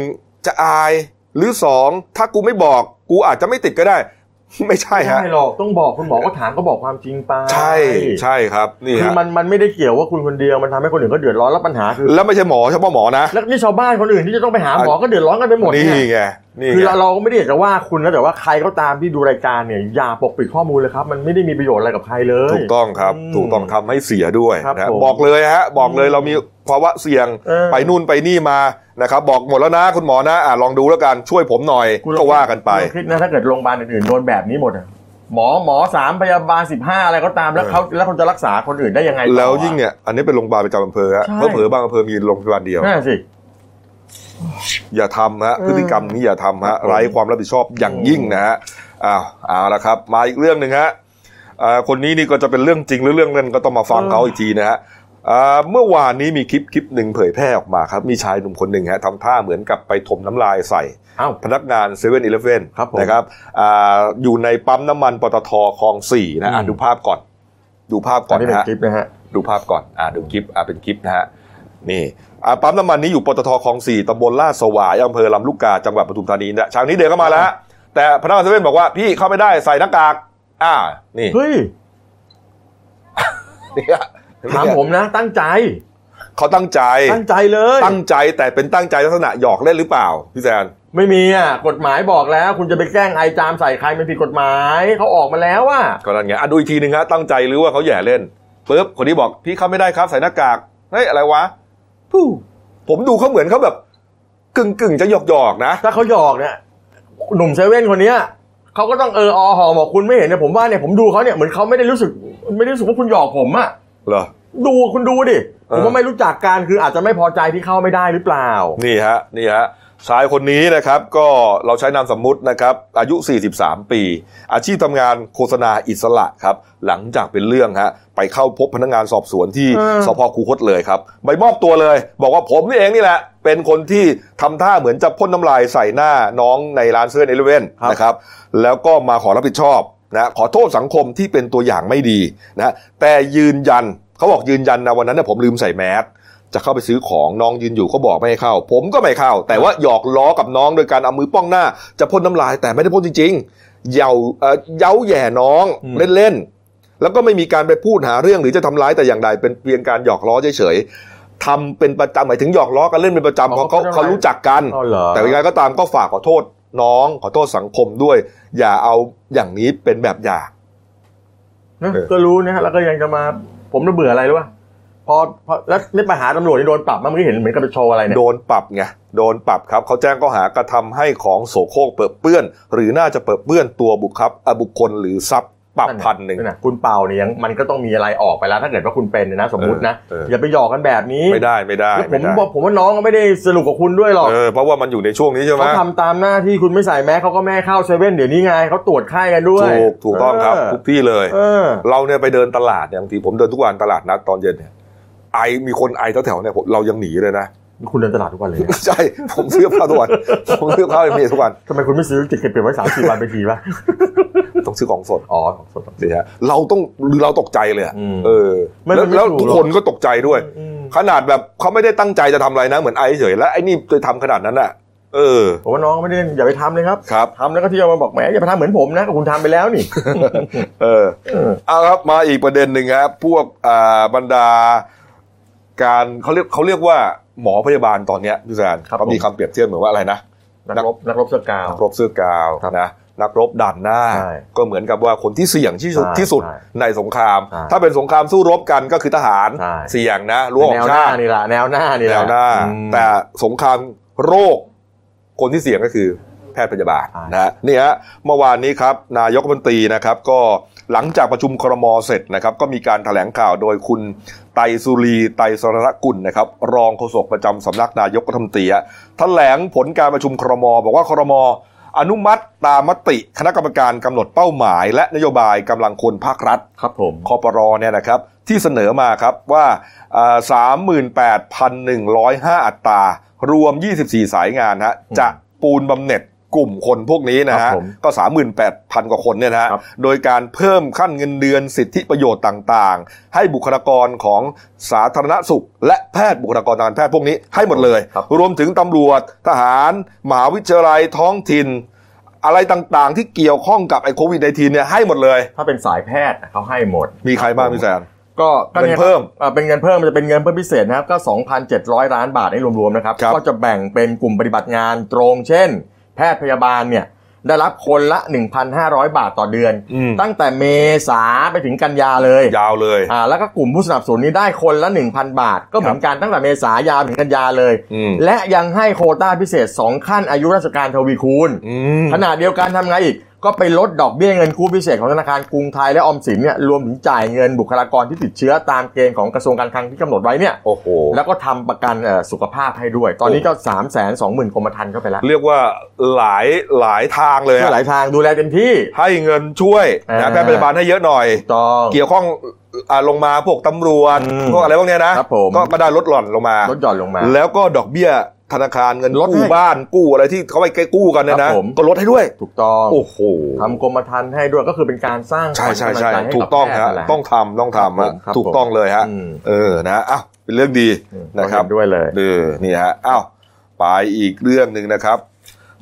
[SPEAKER 1] จะอาย หรือสองถ้ากูไม่บอก กูอาจจะไม่ติดก็ได้ ไม่ใช่
[SPEAKER 2] ไม่
[SPEAKER 1] ฮะ
[SPEAKER 2] ได้หรอกต้องบอกคุณหมอก็ถามก็บอกความจริงไป
[SPEAKER 1] ใช่ใช่ครับ นี่
[SPEAKER 2] คือ
[SPEAKER 1] ฮะ
[SPEAKER 2] มันมันไม่ได้เกี่ยวว่าคุณคนเดียวมันทำให้คนอื่นเขาเดือดร้อนแล้วปัญหาคือ
[SPEAKER 1] แล้วไม่ใช่หมอเฉพาะหมอนะ
[SPEAKER 2] แล้วนี่ชาวบ้านคนอื่นที่จะต้องไปหาหมอก็เดือดร้อนกันไปหมด
[SPEAKER 1] นี่
[SPEAKER 2] เนี่ย
[SPEAKER 1] ไง นี่
[SPEAKER 2] คือ
[SPEAKER 1] ไง
[SPEAKER 2] เราเราก็ไม่ได้อยากจะว่าคุณนะแต่ว่าใครก็ตามที่ดูรายการเนี่ยอย่าปกปิดข้อมูลเลยครับ มันไม่ได้มีประโยชน์อะไรกับใครเลย
[SPEAKER 1] ถูกต้องครับ
[SPEAKER 2] อืม
[SPEAKER 1] ถูกต้องทำให้เสียด้วย
[SPEAKER 2] ครับ
[SPEAKER 1] นะฮะ
[SPEAKER 2] ผม
[SPEAKER 1] บอกเลยฮะ บอกเลย
[SPEAKER 2] อืม
[SPEAKER 1] เรามีภาวะเสี่ยง
[SPEAKER 2] เออ
[SPEAKER 1] ไปนู่นไปนี่มานะครับ บอกหมดแล้วนะคุณหมอนะอ่ะลองดูแล้วกันช่วยผมหน่อย
[SPEAKER 2] คุณลอง
[SPEAKER 1] ก็ว่ากันไป
[SPEAKER 2] คุณคิดนะถ้าเกิดโรงพยาบาลอื่นๆโดนแบบนี้หมดอะหมอหมอสามพยาบาลสิบห้าอะไรก็ตามแล้วเขาแล้วเขาจะรักษาคนอื่นได้ยังไงต่ออะ
[SPEAKER 1] แล้วยิ่งเนี่ยอันนี้เป็นโรงพยาบาลประจำอำเภอฮะ
[SPEAKER 2] ใช่
[SPEAKER 1] เพอเผลอๆบางอำเภอมีโรงพยาบาลเดียว
[SPEAKER 2] นั่นสิ
[SPEAKER 1] อย่าทำฮะ
[SPEAKER 2] เออ
[SPEAKER 1] พฤติกรรมนี้อย่าทำ
[SPEAKER 2] ครั
[SPEAKER 1] ฮะ
[SPEAKER 2] บผม
[SPEAKER 1] ไร้ความรับผิดชอบอย่างยิ่งนะฮะอ้าวเอาละครับ มาอีกเรื่องหนึ่งฮะอ่าคนนี้นี่ก็จะเป็นเรื่องจริงหรือเรื่องเล่นก็ต้องมาฟัง
[SPEAKER 2] เออ
[SPEAKER 1] เขาอีกทีนะฮะอ่าเมื่อวานนี้มีคลิปคลิปหนึ่งเผยแพร่ออกมาครับ มีชายหนุ่มคนหนึ่งฮะทำท่าเหมือนกับไปถมน้ำลายใส่
[SPEAKER 2] เอ้า
[SPEAKER 1] พนักงานเซเว่นอีเลฟเว่น
[SPEAKER 2] ครับผม
[SPEAKER 1] นะครับอาอยู่ในปั๊มน้ำมันปตทคลองสี่นะอ่ะ
[SPEAKER 2] อืม
[SPEAKER 1] ดูภาพก่อน ดูภาพก่
[SPEAKER 2] อั
[SPEAKER 1] อน น
[SPEAKER 2] นี้เป็
[SPEAKER 1] นะ
[SPEAKER 2] น
[SPEAKER 1] ฮะ
[SPEAKER 2] คลิปนะฮะ
[SPEAKER 1] ดูภาพก่อน อ่าดูคลิป อ่าเป็นคลิปนะฮะ นี่ อ่าปั๊มน้ำมันนี้อยู่ปตทคลองสี่ตำบลลาดสวายอำเภอลำลูกกา จังหวัดปทุมธานีนะเช้านี้เดินเข้ามาแล้วฮะแต่พนักงานเซเว่นบอกว่าพี่เข้าไม่ได้ใส่หน้ากาก อ่า นี่
[SPEAKER 2] เฮ้ย
[SPEAKER 1] เนี่ย
[SPEAKER 2] ถามผมนะ ตั้งใจ
[SPEAKER 1] เขาตั้งใจ
[SPEAKER 2] ตั้งใจเลย
[SPEAKER 1] ตั้งใจแต่เป็นตั้งใจลักษณะหยอกเล่นหรือเปล่า พี่แซน
[SPEAKER 2] ไม่มีอ่ะ กฎหมายบอกแล้ว คุณจะไปแกล้งไอจามใส่ใครมันผิดกฎหมายเขาออกมาแล้วอ่ะ
[SPEAKER 1] ก็นั่นไงอ่ะดูอีกทีหนึ่งฮะตั้งใจหรือว่าเขาแหย่เล่นปุ๊บคนนี้บอกพี่เข้าไม่ได้ครับใส่หน้ากากเฮ้ยอะไรวะผู้ผมดูเขาเหมือนเขาแบบ กึ่งกึ่งๆจะหยอกหยอกๆนะ
[SPEAKER 2] ถ้าเขาหยอกเนี่ยหนุ่มเซเว่นคนเนี้ยเขาก็ต้องเอออหอบอกคุณไม่เห็นเนี่ยผมว่าเนี่ยผมดูเขาเนี่ยเหมือนเขาไม่ได้รู้สึก ไม่ได้รู้สึกว่าคุณหยอกผมอะ
[SPEAKER 1] เหรอ
[SPEAKER 2] ดูคุณดูดิ
[SPEAKER 1] เออ
[SPEAKER 2] ผมว่าไม่รู้จักการคืออาจจะไม่พอใจที่เข้าไม่ได้หรือเปล่า
[SPEAKER 1] นี่ฮะนี่ฮะชายคนนี้นะครับก็เราใช้นามสมมุตินะครับ อายุ 43 ปี อาชีพทำงานโฆษณาอิสระครับ หลังจากเป็นเรื่องฮะไปเข้าพบพนักงานสอบสวนที่
[SPEAKER 2] เออ
[SPEAKER 1] สพคูคตเลยครับไปมอบตัวเลย บอกว่าผมนี่เองนี่แหละ เป็นคนที่ทำท่าเหมือนจะพ่นน้ำลายใส่หน้าน้องในร้านเสื้อเอเลเว่นนะครับ แล้วก็มาขอรับผิดชอบนะขอโทษสังคมที่เป็นตัวอย่างไม่ดีนะแต่ยืนยันเขาบอกยืนยันนะวันนั้นนะผมลืมใส่แมส จะเข้าไปซื้อของน้องยืนอยู่ก็บอกไม่ให้เข้า ผมก็ไม่เข้า แต่ว่าหยอกล้อกับน้องโดยการเอามือป้องหน้า จะพ่นน้ำลายแต่ไม่ได้พ่นจริงๆเหยาเอ่อเย้าแหย่น้อง
[SPEAKER 2] อืม
[SPEAKER 1] เล่นๆแล้วก็ไม่มีการไปพูดหาเรื่องหรือจะทำร้ายแต่อย่างใดเป็นเพียงการหยอกล้อเฉยๆทำเป็นประจำหมายถึงหยอกล้อกันเล่นเป็นประจำเพราะเขาเขารู้จักกัน
[SPEAKER 2] เอาเหรอ
[SPEAKER 1] แต่ยังไงก็ตามก็ฝากขอโทษน้อง ขอโทษสังคมด้วย อย่าเอาอย่างนี้เป็นแบบอย่าง
[SPEAKER 2] นะ
[SPEAKER 1] เออ
[SPEAKER 2] ก็รู้นะฮะแล้วก็ยังจะมาผมระเบื่ออะไรรู้ป่ะพอพอแล้วไม่ไปหาตำรวจนี่โดนปรับมั้งเมื่อกี้เห็นเหมือนกับไปโชว์อะไรเนี่ย
[SPEAKER 1] โดนปรับไงโดนปรับครับเขาแจ้งข้อหากระทำให้ของโสโครกเปื้อนเปื้อน หรือน่าจะเปื้อนเปื้อนตัวบุคคลอ่ะบุคคลหรือทรัพย์ปรับพันหนึ่ง
[SPEAKER 2] ะคุณเป่าเนี่ยยังมันก็ต้องมีอะไรออกไปแล้ว ถ้าเกิดว่าคุณเป็นเนี่ยนะ สมมตินะ
[SPEAKER 1] เออเอออ
[SPEAKER 2] อย่าไปหยอกกันแบบนี้
[SPEAKER 1] ไม่ได้ไม่ได้
[SPEAKER 2] แล้วผ
[SPEAKER 1] ไม่
[SPEAKER 2] ม
[SPEAKER 1] ได้
[SPEAKER 2] บอกผมว่าน้องก็ไม่ได้สรุปกับคุณด้วยหรอก
[SPEAKER 1] เออเพราะว่ามันอยู่ในช่วงนี้ใช่ไหม
[SPEAKER 2] เขาทำตามหน้าที่คุณไม่ใส่แมสเขาก็แม่ให้เข้าเซเว่นเดี๋ยวนี้ไงเขาตรวจไข้กันด้วย
[SPEAKER 1] ถูกถูกต้องครับ
[SPEAKER 2] เออ
[SPEAKER 1] ทุกที่เลย
[SPEAKER 2] เออ
[SPEAKER 1] เราเนี่ยไปเดินตลาดเนี่ยบางทีผมเดินทุกวันตลาดนัดตอนเย็นเนี่ยไอมีคนไอแถวๆเนี่ยผมเรายังหนีเลยนะ
[SPEAKER 2] คุณเดินตลาดทุกวันเลยนะ
[SPEAKER 1] ใช่ผมซื้อข้าวทุกวัน ผมซื้อข้าวเอเมทุกวัน
[SPEAKER 2] ทำไมคุณไม่ซื้อจิตเก็บเก็บไว้สามสี่วันไปทีป่ะ
[SPEAKER 1] ต้องซื้อของสด
[SPEAKER 2] อ๋อสด
[SPEAKER 1] นี่ฮะเราต้องหรือเราตกใจเลยอะ
[SPEAKER 2] อืม
[SPEAKER 1] เออ
[SPEAKER 2] ไม่
[SPEAKER 1] แล้ว
[SPEAKER 2] มันไม่
[SPEAKER 1] แล้ว
[SPEAKER 2] ถูก
[SPEAKER 1] ทุก
[SPEAKER 2] หรอก
[SPEAKER 1] คนก็ตกใจด้วย
[SPEAKER 2] อืม
[SPEAKER 1] ขนาดแบบเขาไม่ได้ตั้งใจจะทำอะไรนะเหมือนไอซ์เฉยแล้วไอ้นี่ไปทำขนาดนั้นอ่ะ เออ
[SPEAKER 2] ผมว่าน้องไม่ได้อย่าไปทำเลยครับ
[SPEAKER 1] ครับ
[SPEAKER 2] ทำแล้วก็ที่เอามาบอกแหมอย่าไปทำเหมือนผมนะก็คุณทำไปแล้ว นี่
[SPEAKER 1] เออ
[SPEAKER 2] เออ
[SPEAKER 1] เอาครับมาอีกประเด็นหนึ่งครับพวกอ่าบรรดา การเขาเรียกเขาเรียกว่าหมอพยาบาลตอนเนี้ยพี่แซน
[SPEAKER 2] ครับ
[SPEAKER 1] เขามี
[SPEAKER 2] ผม
[SPEAKER 1] คำเปรียบเทียบเหมือนว่าอะไรนะ
[SPEAKER 2] นักรบนักรบเสื้อกาว
[SPEAKER 1] นักรบเสื้อกาว
[SPEAKER 2] ครับ
[SPEAKER 1] นะนักรบด่านหน้า
[SPEAKER 2] ใช่
[SPEAKER 1] ก็เหมือนกับว่าคนที่เสี่ยงที่สุด
[SPEAKER 2] ใช่
[SPEAKER 1] ที่สุด
[SPEAKER 2] ใช่
[SPEAKER 1] ในสงคราม
[SPEAKER 2] ใช่
[SPEAKER 1] ถ้าเป็นสงครามสู้รบกันก็คือทหาร
[SPEAKER 2] ใช่
[SPEAKER 1] เสี่ยงนะรั้วข
[SPEAKER 2] แน
[SPEAKER 1] อ
[SPEAKER 2] ว
[SPEAKER 1] ง
[SPEAKER 2] หน้า
[SPEAKER 1] ชาติ
[SPEAKER 2] นี่แหละแนวหน้านี่แห
[SPEAKER 1] แน
[SPEAKER 2] ละ
[SPEAKER 1] วหน้า
[SPEAKER 2] อืม
[SPEAKER 1] แต่สงครามโรค คนที่เสี่ยงก็คือแพทย์พยาบาล
[SPEAKER 2] ใช่
[SPEAKER 1] นะฮะนี่ฮะเมื่อวานนี้ครับ นายกรัฐมนตรีนะครับ ก็หลังจากประชุมครมเสร็จนะครับ ก็มีการถแถลงข่าวโดยคุณไตรสุรีไตรสรกุลนะครับ รองโฆษกประจำสำนักนายกรัฐมนตรีฮะแถลงผลการประชุมครม บอกว่าครม อนุมัติตามมติคณะกรรมการกำหนดเป้าหมาย และนโยบายกำลังคนภาครัฐ
[SPEAKER 2] ครับผม
[SPEAKER 1] คอปรเนี่ยนะครับที่เสนอมาครับว่าสามหมื่นแปดพันหนึ่งร้อยห้า38,105 อัตรา รวม 24 สายงานฮะ
[SPEAKER 2] อืม
[SPEAKER 1] จะปูนบำเหน็จกลุ่มคนพวกนี้นะ
[SPEAKER 2] ครั
[SPEAKER 1] ฮะ
[SPEAKER 2] บผม
[SPEAKER 1] ก็ 38,000 กว่าคนเนี่ยนะฮะ
[SPEAKER 2] ครับ
[SPEAKER 1] โดยการเพิ่มขั้นเงินเดือนสิทธิประโยชน์ต่างๆ ให้บุคลากรของสาธารณสุข และแพทย์บุคลากรทางการแพทย์พวกนี้ให้หมดเลย รวมถึงตำรวจทหารมหาวิทยาลัยท้องถิ่น อะไรต่างๆ ที่เกี่ยวข้องกับไอ้โควิด -19 เนี่ยให้หมดเลย
[SPEAKER 2] ถ้าเป็นสายแพทย์เขาให้หมด
[SPEAKER 1] มีใครบ้างพี่แซน
[SPEAKER 2] ก็ก็
[SPEAKER 1] เงิ
[SPEAKER 2] ย
[SPEAKER 1] นเพิ่ม
[SPEAKER 2] อ่าเป็นเงินเพิ่มมันจะเป็นเงินเพิ่มพิเศษนะครับก็ 2,700 ล้านบาทให้รวมๆนะครับ
[SPEAKER 1] ครับ
[SPEAKER 2] ก็จะแบ่งเป็นกลุ่มปฏิบัติงานตรงเช่น แพ แพทย์พยาบาลเนี่ยได้รับคนละ 1,500 บาทต่อเดือน
[SPEAKER 1] อืม
[SPEAKER 2] ตั้งแต่เมษาไปถึงกันยาเลย
[SPEAKER 1] ยาวเลย
[SPEAKER 2] อ่าแล้วก็กลุ่มผู้สนับสนุนนี้ได้คนละ 1,000 บาท ก็เหมือนกันตั้งแต่เมษายาวถึงกันยาเลย
[SPEAKER 1] อืม
[SPEAKER 2] และยังให้โควต้าพิเศษ 2 ขั้นอายุราชการทวีคูณ
[SPEAKER 1] อืม
[SPEAKER 2] ขณะเดียวกันทำไงอีก ก็ไปลดดอกเบี้ยเงินกู้พิเศษของธนาคารกรุงไทยและออมสินเนี่ยรวมถึงจ่ายเงินบุคลากรที่ติดเชื้อตามเกณฑ์ของกระทรวงการคลังที่กำหนดไว้เนี่ย
[SPEAKER 1] โอ้โห
[SPEAKER 2] แล้วก็ทำประกันเอ่อสุขภาพให้ด้วย ตอนนี้ก็3ามแสนสองหมื่นกรมธรรม์เข้าไปแล้ว
[SPEAKER 1] เรียกว่าหลายหลายทางเลย
[SPEAKER 2] ช่วยห
[SPEAKER 1] อะ
[SPEAKER 2] ลายทางดูแลเต็มที่
[SPEAKER 1] ให้เงินช่วย
[SPEAKER 2] อ่า
[SPEAKER 1] นะแพทย์พยาบาลให้เยอะหน่อย
[SPEAKER 2] ต้อง
[SPEAKER 1] เกี่ยวข้องอ่าลงมาพวกตำรวจ
[SPEAKER 2] อืม
[SPEAKER 1] พวกอะไรพวกเนี้ยนะครับ
[SPEAKER 2] ผม
[SPEAKER 1] ก็ก็ได้ลดหล่อนลงมา
[SPEAKER 2] ลดหย่อนลงมา
[SPEAKER 1] แล้วก็ดอกเบี้ยธนาคารเงิน
[SPEAKER 2] ลดให้
[SPEAKER 1] กู้บ้านกู้อะไรที่เขาไปกู้กันเนี่ย
[SPEAKER 2] ค
[SPEAKER 1] นะ
[SPEAKER 2] รับผม
[SPEAKER 1] ก็ลดให้ด้วย
[SPEAKER 2] ถูกต้อง
[SPEAKER 1] โอ้โห
[SPEAKER 2] ทำกรมธรรม์ให้ด้วยก็คือเป็นการสร้าง
[SPEAKER 1] ใช่ใช่
[SPEAKER 2] ขวัญ
[SPEAKER 1] ใช่
[SPEAKER 2] กำลังจให้
[SPEAKER 1] ถูกต้อง
[SPEAKER 2] บแพทย์
[SPEAKER 1] ฮะ
[SPEAKER 2] นั่นแหละ
[SPEAKER 1] ต้องทำต้องทำฮะ
[SPEAKER 2] ผมครับ
[SPEAKER 1] ถูกต้องเลยฮะ
[SPEAKER 2] อืม
[SPEAKER 1] เออนะอ้าวเป็นเรื่องดีนะครับ
[SPEAKER 2] เห็ด้วยเลย
[SPEAKER 1] เออนี่ฮะอ้าวไปอีกเรื่องหนึ่งนะครับ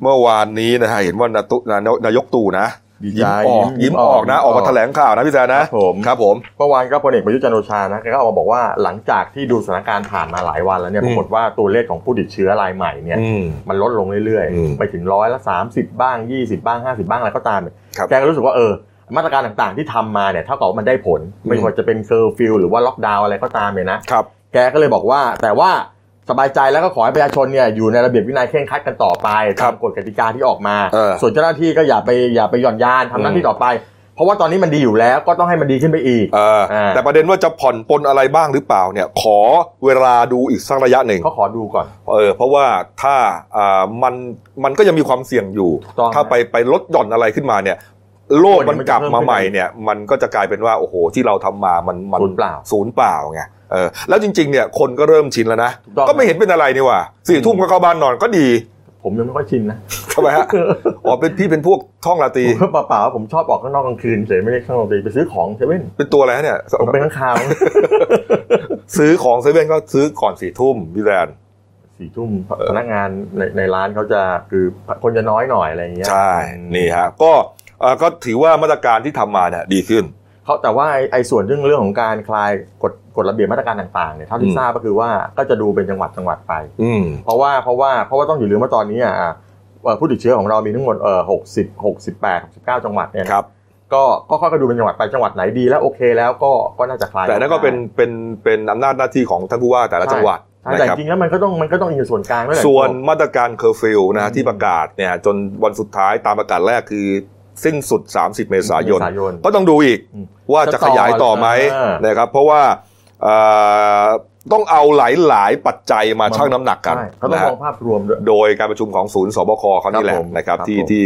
[SPEAKER 1] เมื่อวานนี้นะฮะเห็นว่านาตุนานนายกตู่นะ
[SPEAKER 2] ดีใจ
[SPEAKER 1] ยิ้มออก
[SPEAKER 2] ยิ้
[SPEAKER 1] ยิ้
[SPEAKER 2] ม
[SPEAKER 1] ม
[SPEAKER 2] อ
[SPEAKER 1] อ
[SPEAKER 2] อ
[SPEAKER 1] อก ก
[SPEAKER 2] ยิ้
[SPEAKER 1] นะ
[SPEAKER 2] มออ
[SPEAKER 1] ออ
[SPEAKER 2] ก
[SPEAKER 1] กมาแถลงข่าวนะพี่แจนะครับ
[SPEAKER 2] ผม
[SPEAKER 1] ครับผม
[SPEAKER 2] เมื่อวานก็พลเอกประยุทธ์จันทร์โอชานะแกก็ออกมาบอกว่าหลังจากที่ดูสถานการณ์ผ่านมาหลายวันแล้วเนี่ย
[SPEAKER 1] อืม
[SPEAKER 2] ปรากฏว่าตัวเลขของผู้ติดเชื้อรายใหม่เนี่ย
[SPEAKER 1] อืม
[SPEAKER 2] มันลดลงเรื่อย
[SPEAKER 1] อืม
[SPEAKER 2] ๆ ไปถึงร้อยละ30 บ้าง 20 บ้าง 50 บ้างอะไรก็ตามเนี่ย
[SPEAKER 1] ครับ
[SPEAKER 2] แกก็รู้สึกว่าเออมาตรการต่างๆที่ทำมาเนี่ยเท่ากับว่ามันได้ผล ไม่
[SPEAKER 1] อืม
[SPEAKER 2] ว่าจะเป็นเคอร์ฟิวหรือว่าล็อกดาวน์อะไรก็ตามเนี่ยนะ
[SPEAKER 1] ครับ
[SPEAKER 2] แกก็เลยบอกว่าแต่ว่าสบายใจแล้วก็ขอให้ประชาชนเนี่ยอยู่ในระเบียบวินัยเคร่งครัดกันต่อไป
[SPEAKER 1] ครั
[SPEAKER 2] ตาม
[SPEAKER 1] บ
[SPEAKER 2] กฎกติกาที่ออกมา
[SPEAKER 1] เออ
[SPEAKER 2] ส่วนเจ้าหน้าที่ก็อย่าไปอย่าไปหย่อนยานทำหน้า
[SPEAKER 1] อืม
[SPEAKER 2] ที่ต่อไป เพราะว่าตอนนี้มันดีอยู่แล้วก็ต้องให้มันดีขึ้นไปอีก
[SPEAKER 1] เออ
[SPEAKER 2] อ่า
[SPEAKER 1] แต่ประเด็นว่าจะผ่อนปลนอะไรบ้างหรือเปล่าเนี่ย ขอเวลาดูอีกสักระยะหนึ่ง
[SPEAKER 2] เขาขอดูก่อน
[SPEAKER 1] เออเพราะว่าถ้าอ่ามันมันก็ยังมีความเสี่ยงอยู่
[SPEAKER 2] ถูกต้อง
[SPEAKER 1] ถ้าไปไปลดหย่อนอะไรขึ้นมาเนี่ยโลกมันกลับมาใหม่
[SPEAKER 2] โลกมันจะเพิ่มขึ้น
[SPEAKER 1] เนี่ย มันก็จะกลายเป็นว่าโอ้โหที่เราทำมามันมัน
[SPEAKER 2] ศูนย์เปล่า
[SPEAKER 1] ศูนย์เปล่าไงเออแล้วจริง ๆ เนี่ยคนก็เริ่มชินแล้วนะ
[SPEAKER 2] ถูกต้อง
[SPEAKER 1] ก็ไม่เห็นเป็นอะไรนี่หว่าสี่ทุ่มก็เข้าบ้านนอนก็ดี
[SPEAKER 2] ผมยังไม่ค่อยชินนะ
[SPEAKER 1] ทำไม ฮะอ๋อเป็นพี่เป็นพวกท่องราตรี
[SPEAKER 2] ผมก็เปล่าๆผมชอบออกข้างนอกกลางคืนเฉยไม่ได้ข้างนอกเลยไปซื้อของเซเว่น
[SPEAKER 1] เป็นตัวอะไรฮะเนี่ย
[SPEAKER 2] ผมเป็นข้างคาว
[SPEAKER 1] ซื้อของเซเว่นก็ซื้อก่อนสี่ทุ่มพี่แดน
[SPEAKER 2] สี่ทุ่มพนักงานในในร้านเขาจะคือคนจะน้อยหน่อยอะไรอย่างเงี้ย
[SPEAKER 1] ใช่ นี่ฮะ ก็เอ่อก็ถือว่ามาตรการที่ทำมาเนี่ยดีขึ้น
[SPEAKER 2] เขาแต่ว่าไอ้ไอ้ส่วนเรื่องเรื่องของการคลายกฎกฎระเบียบมาตรการต่างๆเนี่ยเท่าที่
[SPEAKER 1] อืม
[SPEAKER 2] ทราบก็คือว่าก็จะดูเป็นจังหวัดจังหวัดไป
[SPEAKER 1] อืม
[SPEAKER 2] เพราะว่าเพราะว่าเพราะว่าต้องอย่าลืมว่าตอนนี้อ่ะอ่ะเอ่อผู้ติดเชื้อของเรามีทั้งหมดเอ่อหกสิบหกสิบแปดหกสิบเก้าจังหวัดเนี่ยนะครับ ก็ก็ค่อยๆดูเป็นจังหวัดไปจังหวัดไหนดีแล้วโอเคแล้วก็ก็น่าจะคลาย
[SPEAKER 1] แต่นั่นก็เป็น เป็น เป็นอำนาจหน้าที่ของท่านผู้ว่าแต่ละจังหวัด
[SPEAKER 2] ใช่
[SPEAKER 1] นะ
[SPEAKER 2] แต่
[SPEAKER 1] ครับ
[SPEAKER 2] จริงๆแล้วมันก็ต้องมันก็ต้องอิงกับส่วนกลางด้วยแหละ
[SPEAKER 1] ส่วนมาตรการเคอร์ฟิวนะ
[SPEAKER 2] อื
[SPEAKER 1] ฮะ
[SPEAKER 2] ม
[SPEAKER 1] ที่ประกาศเนี่ยจนวันสุดท้ายตามประกาศแรกคือสิ้นสุด 30 เมษายน
[SPEAKER 2] เมษายน
[SPEAKER 1] ก็ต้องดูอีก
[SPEAKER 2] อืม
[SPEAKER 1] ว่าจะขยายต่อไหม
[SPEAKER 2] เออ
[SPEAKER 1] นะครับ เพราะว่าเอ่อต้องเอาหลายหลายๆปัจจัยมา
[SPEAKER 2] มา
[SPEAKER 1] ชั่งน้ำหนักกัน
[SPEAKER 2] ใช่เขาต้อง
[SPEAKER 1] นะฮะ
[SPEAKER 2] มองภาพรวมด้วย
[SPEAKER 1] โดยการประชุมของศูนย์สบคเขานี่แห
[SPEAKER 2] ค
[SPEAKER 1] ละ
[SPEAKER 2] รับผม
[SPEAKER 1] นะครับ
[SPEAKER 2] ครับ
[SPEAKER 1] ที่
[SPEAKER 2] ผม
[SPEAKER 1] ที่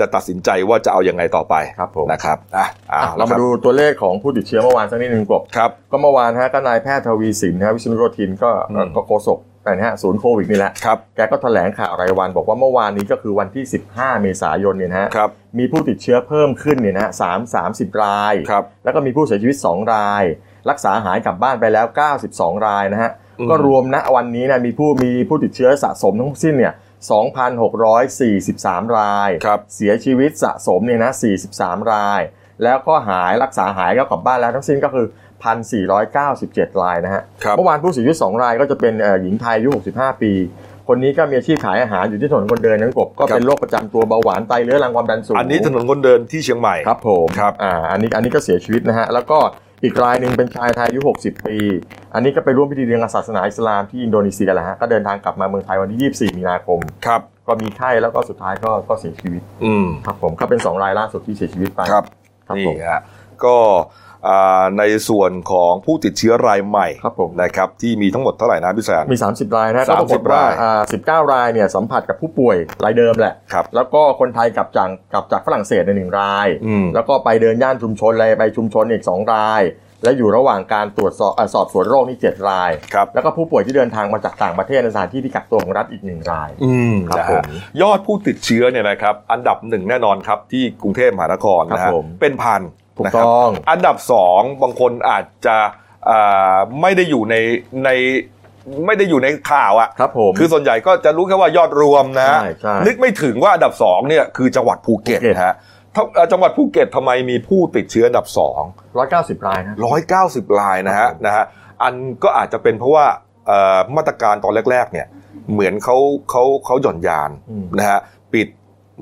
[SPEAKER 1] จะตัดสินใจว่าจะเอายังไงต่อไป
[SPEAKER 2] ครับผม
[SPEAKER 1] นะครับอ่ะอ่ะ
[SPEAKER 2] อ่ะเรามาดูตัวเลขของผู้ติดเชื้อเมื่อวานสักนิดหนึ่งกบ
[SPEAKER 1] ครับ
[SPEAKER 2] ก็เมื่อวานฮะก็นายแพทย์ทวีสินนะฮะวิษณุโยธินก็
[SPEAKER 1] อืม
[SPEAKER 2] ก็โฆษกอะไรนะฮะศูนย์โควิดนี่แหละ
[SPEAKER 1] ครับ
[SPEAKER 2] แกก็แถลงข่าวรายวัน บอกว่าเมื่อวานนี้ก็คือวันที่ 15 เมษายนเนี่ยนะฮะ
[SPEAKER 1] ครับ
[SPEAKER 2] มีผู้ติดเชื้อเพิ่มขึ้นเนี่ยนะฮะสามสามสิบราย
[SPEAKER 1] ครับ
[SPEAKER 2] แล้วก็มีผู้เสียชีวิต 2 ราย รักษาหายกลับบ้านไปแล้ว 92 รายนะฮะ
[SPEAKER 1] อืม
[SPEAKER 2] ก็รวมณวันนี้นะมีผู้มีผู้ติดเชื้อสะสมทั้งสิ้นเนี่ย 2,643 ราย
[SPEAKER 1] ครับ
[SPEAKER 2] เสียชีวิตสะสมเนี่ยนะ 43 ราย แล้วก็หายรักษาหายก็กลับบ้านแล้วทั้งสิ้นก็คือ 1,497 รายนะฮะ
[SPEAKER 1] ครับ
[SPEAKER 2] เมื่อวานผู้เสียชีวิต 2 รายก็จะเป็นเอ่อหญิงไทยอายุ 65 ปี คนนี้ก็มีอาชีพขายอาหารอยู่ที่ถนนคนเดินนั้นกบ ก็เป็นโรคประจำตัวเบาหวานไตเรื้อรังความดันสูง
[SPEAKER 1] อันนี้ถนนคนเดินที่เชียงใหม่
[SPEAKER 2] ครับผม
[SPEAKER 1] ครับ
[SPEAKER 2] อ่าอันนี้อันนี้ก็เสียชีวิตนะฮะ แล้วก็อีกรายหนึ่งเป็นชายไทยอายุ 60 ปี อันนี้ก็ไปร่วมพิธีเรียนศาสนาอิสลามที่อินโดนีเซียแหละฮะ ก็เดินทางกลับมาเมืองไทยวันที่ 24 มีนาคม
[SPEAKER 1] ครับ
[SPEAKER 2] ก็มีไข้แล้วก็สุดท้ายก็ก็เสียชีวิต
[SPEAKER 1] อืม
[SPEAKER 2] ครับผม ก็เป็น 2 รายล่าสุดที่เสียชีวิตไป
[SPEAKER 1] ครับ
[SPEAKER 2] ครับ
[SPEAKER 1] นี่
[SPEAKER 2] ผม
[SPEAKER 1] ฮะก็อ่าในส่วนของผู้ติดเชื้อรายใหม่
[SPEAKER 2] ครับผม
[SPEAKER 1] นะครับที่มีทั้งหมดเท่าไหร่นะพี่แสน
[SPEAKER 2] มี 30 รายนะก็ปรากฏ
[SPEAKER 1] 30
[SPEAKER 2] ว่า
[SPEAKER 1] ราย
[SPEAKER 2] อ่า19 รายเนี่ยสัมผัสกับผู้ป่วยรายเดิมแหละ
[SPEAKER 1] ครับ
[SPEAKER 2] แล้วก็คนไทยกลับจากกลับจากฝรั่งเศสในยหนึ่งราย
[SPEAKER 1] อืม
[SPEAKER 2] แล้วก็ไปเดินย่านชุมชนอะไรไปชุมชนอีก 2 ราย และอยู่ระหว่างการตรวจสอบอ่าสอบสวนโรคนี่7ราย
[SPEAKER 1] ครับ
[SPEAKER 2] แล้วก็ผู้ป่วยที่เดินทางมาจากต่างประเทศในสถานที่ที่กักตัวของรัฐอีกหนึ่งราย
[SPEAKER 1] อืม
[SPEAKER 2] ครับ
[SPEAKER 1] นะ
[SPEAKER 2] ผ
[SPEAKER 1] ฮะ
[SPEAKER 2] ม
[SPEAKER 1] ยอดผู้ติดเชื้อเนี่ยนะครับ อันดับหนึ่งแน่นอนครับที่กรุงเทพมหานครนะ
[SPEAKER 2] ครั
[SPEAKER 1] ฮะ
[SPEAKER 2] บผม
[SPEAKER 1] เป็นพัน
[SPEAKER 2] ถูก
[SPEAKER 1] นะครับ
[SPEAKER 2] ต้อง
[SPEAKER 1] อันดับสองบางคนอาจจะอ่าไม่ได้อยู่ในในไม่ได้อยู่ในข่าวอะ
[SPEAKER 2] ครับผม
[SPEAKER 1] คือส่วนใหญ่ก็จะรู้แค่ว่ายอดรวมนะ
[SPEAKER 2] ใช่ใช่
[SPEAKER 1] นึกไม่ถึงว่าอันดับสองเนี่ยคือจังหวัดภูเก็ต
[SPEAKER 2] ภูเก็ต
[SPEAKER 1] ฮะถ้าเอ่อจังหวัดภูเก็ตทำไมมีผู้ติดเชื้ออันดับสอง
[SPEAKER 2] ร้อยเก้าสิบรายนะ
[SPEAKER 1] ร้อยเก้าสิบรายนะฮะ
[SPEAKER 2] ครับผม
[SPEAKER 1] นะฮะอันก็อาจจะเป็นเพราะว่าเอ่อมาตรการตอนแรกๆเนี่ยเหมือนเขาเขาเขาหย่อนยาน
[SPEAKER 2] อืม
[SPEAKER 1] นะฮะปิด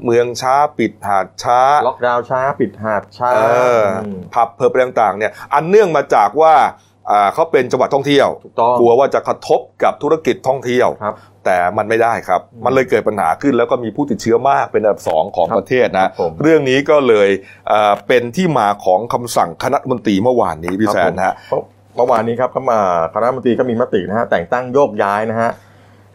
[SPEAKER 1] เมืองช้าปิดหาดช้า
[SPEAKER 2] ล็อกดาวน์ช้าปิดหาดช้า
[SPEAKER 1] เออ
[SPEAKER 2] ม
[SPEAKER 1] ผับเพิร์บอะไรต่างๆเนี่ยอันเนื่องมาจากว่าอ่าเขาเป็นจังหวัดท่องเที่ยว
[SPEAKER 2] ถูกต้อง
[SPEAKER 1] กลัวว่าจะกระทบกับธุรกิจท่องเที่ยว
[SPEAKER 2] ครับ
[SPEAKER 1] แต่มันไม่ได้ครับ
[SPEAKER 2] อืม
[SPEAKER 1] มันเลยเกิดปัญหาขึ้นแล้วก็มีผู้ติดเชื้อมากเป็นอันดับสองของ
[SPEAKER 2] ครับ
[SPEAKER 1] ประเทศนะ
[SPEAKER 2] ครับผม
[SPEAKER 1] เรื่องนี้ก็เลยเอ่อเป็นที่มาของคำสั่งคณะรัฐมนตรีเมื่อวานนี้พี่
[SPEAKER 2] ครับ
[SPEAKER 1] แซน
[SPEAKER 2] ผม
[SPEAKER 1] นะฮะ
[SPEAKER 2] เพราะเมื่อวานนี้ครับก็มาคณะรัฐมนตรีก็มีมตินะฮะแต่งตั้งโยกย้ายนะฮะ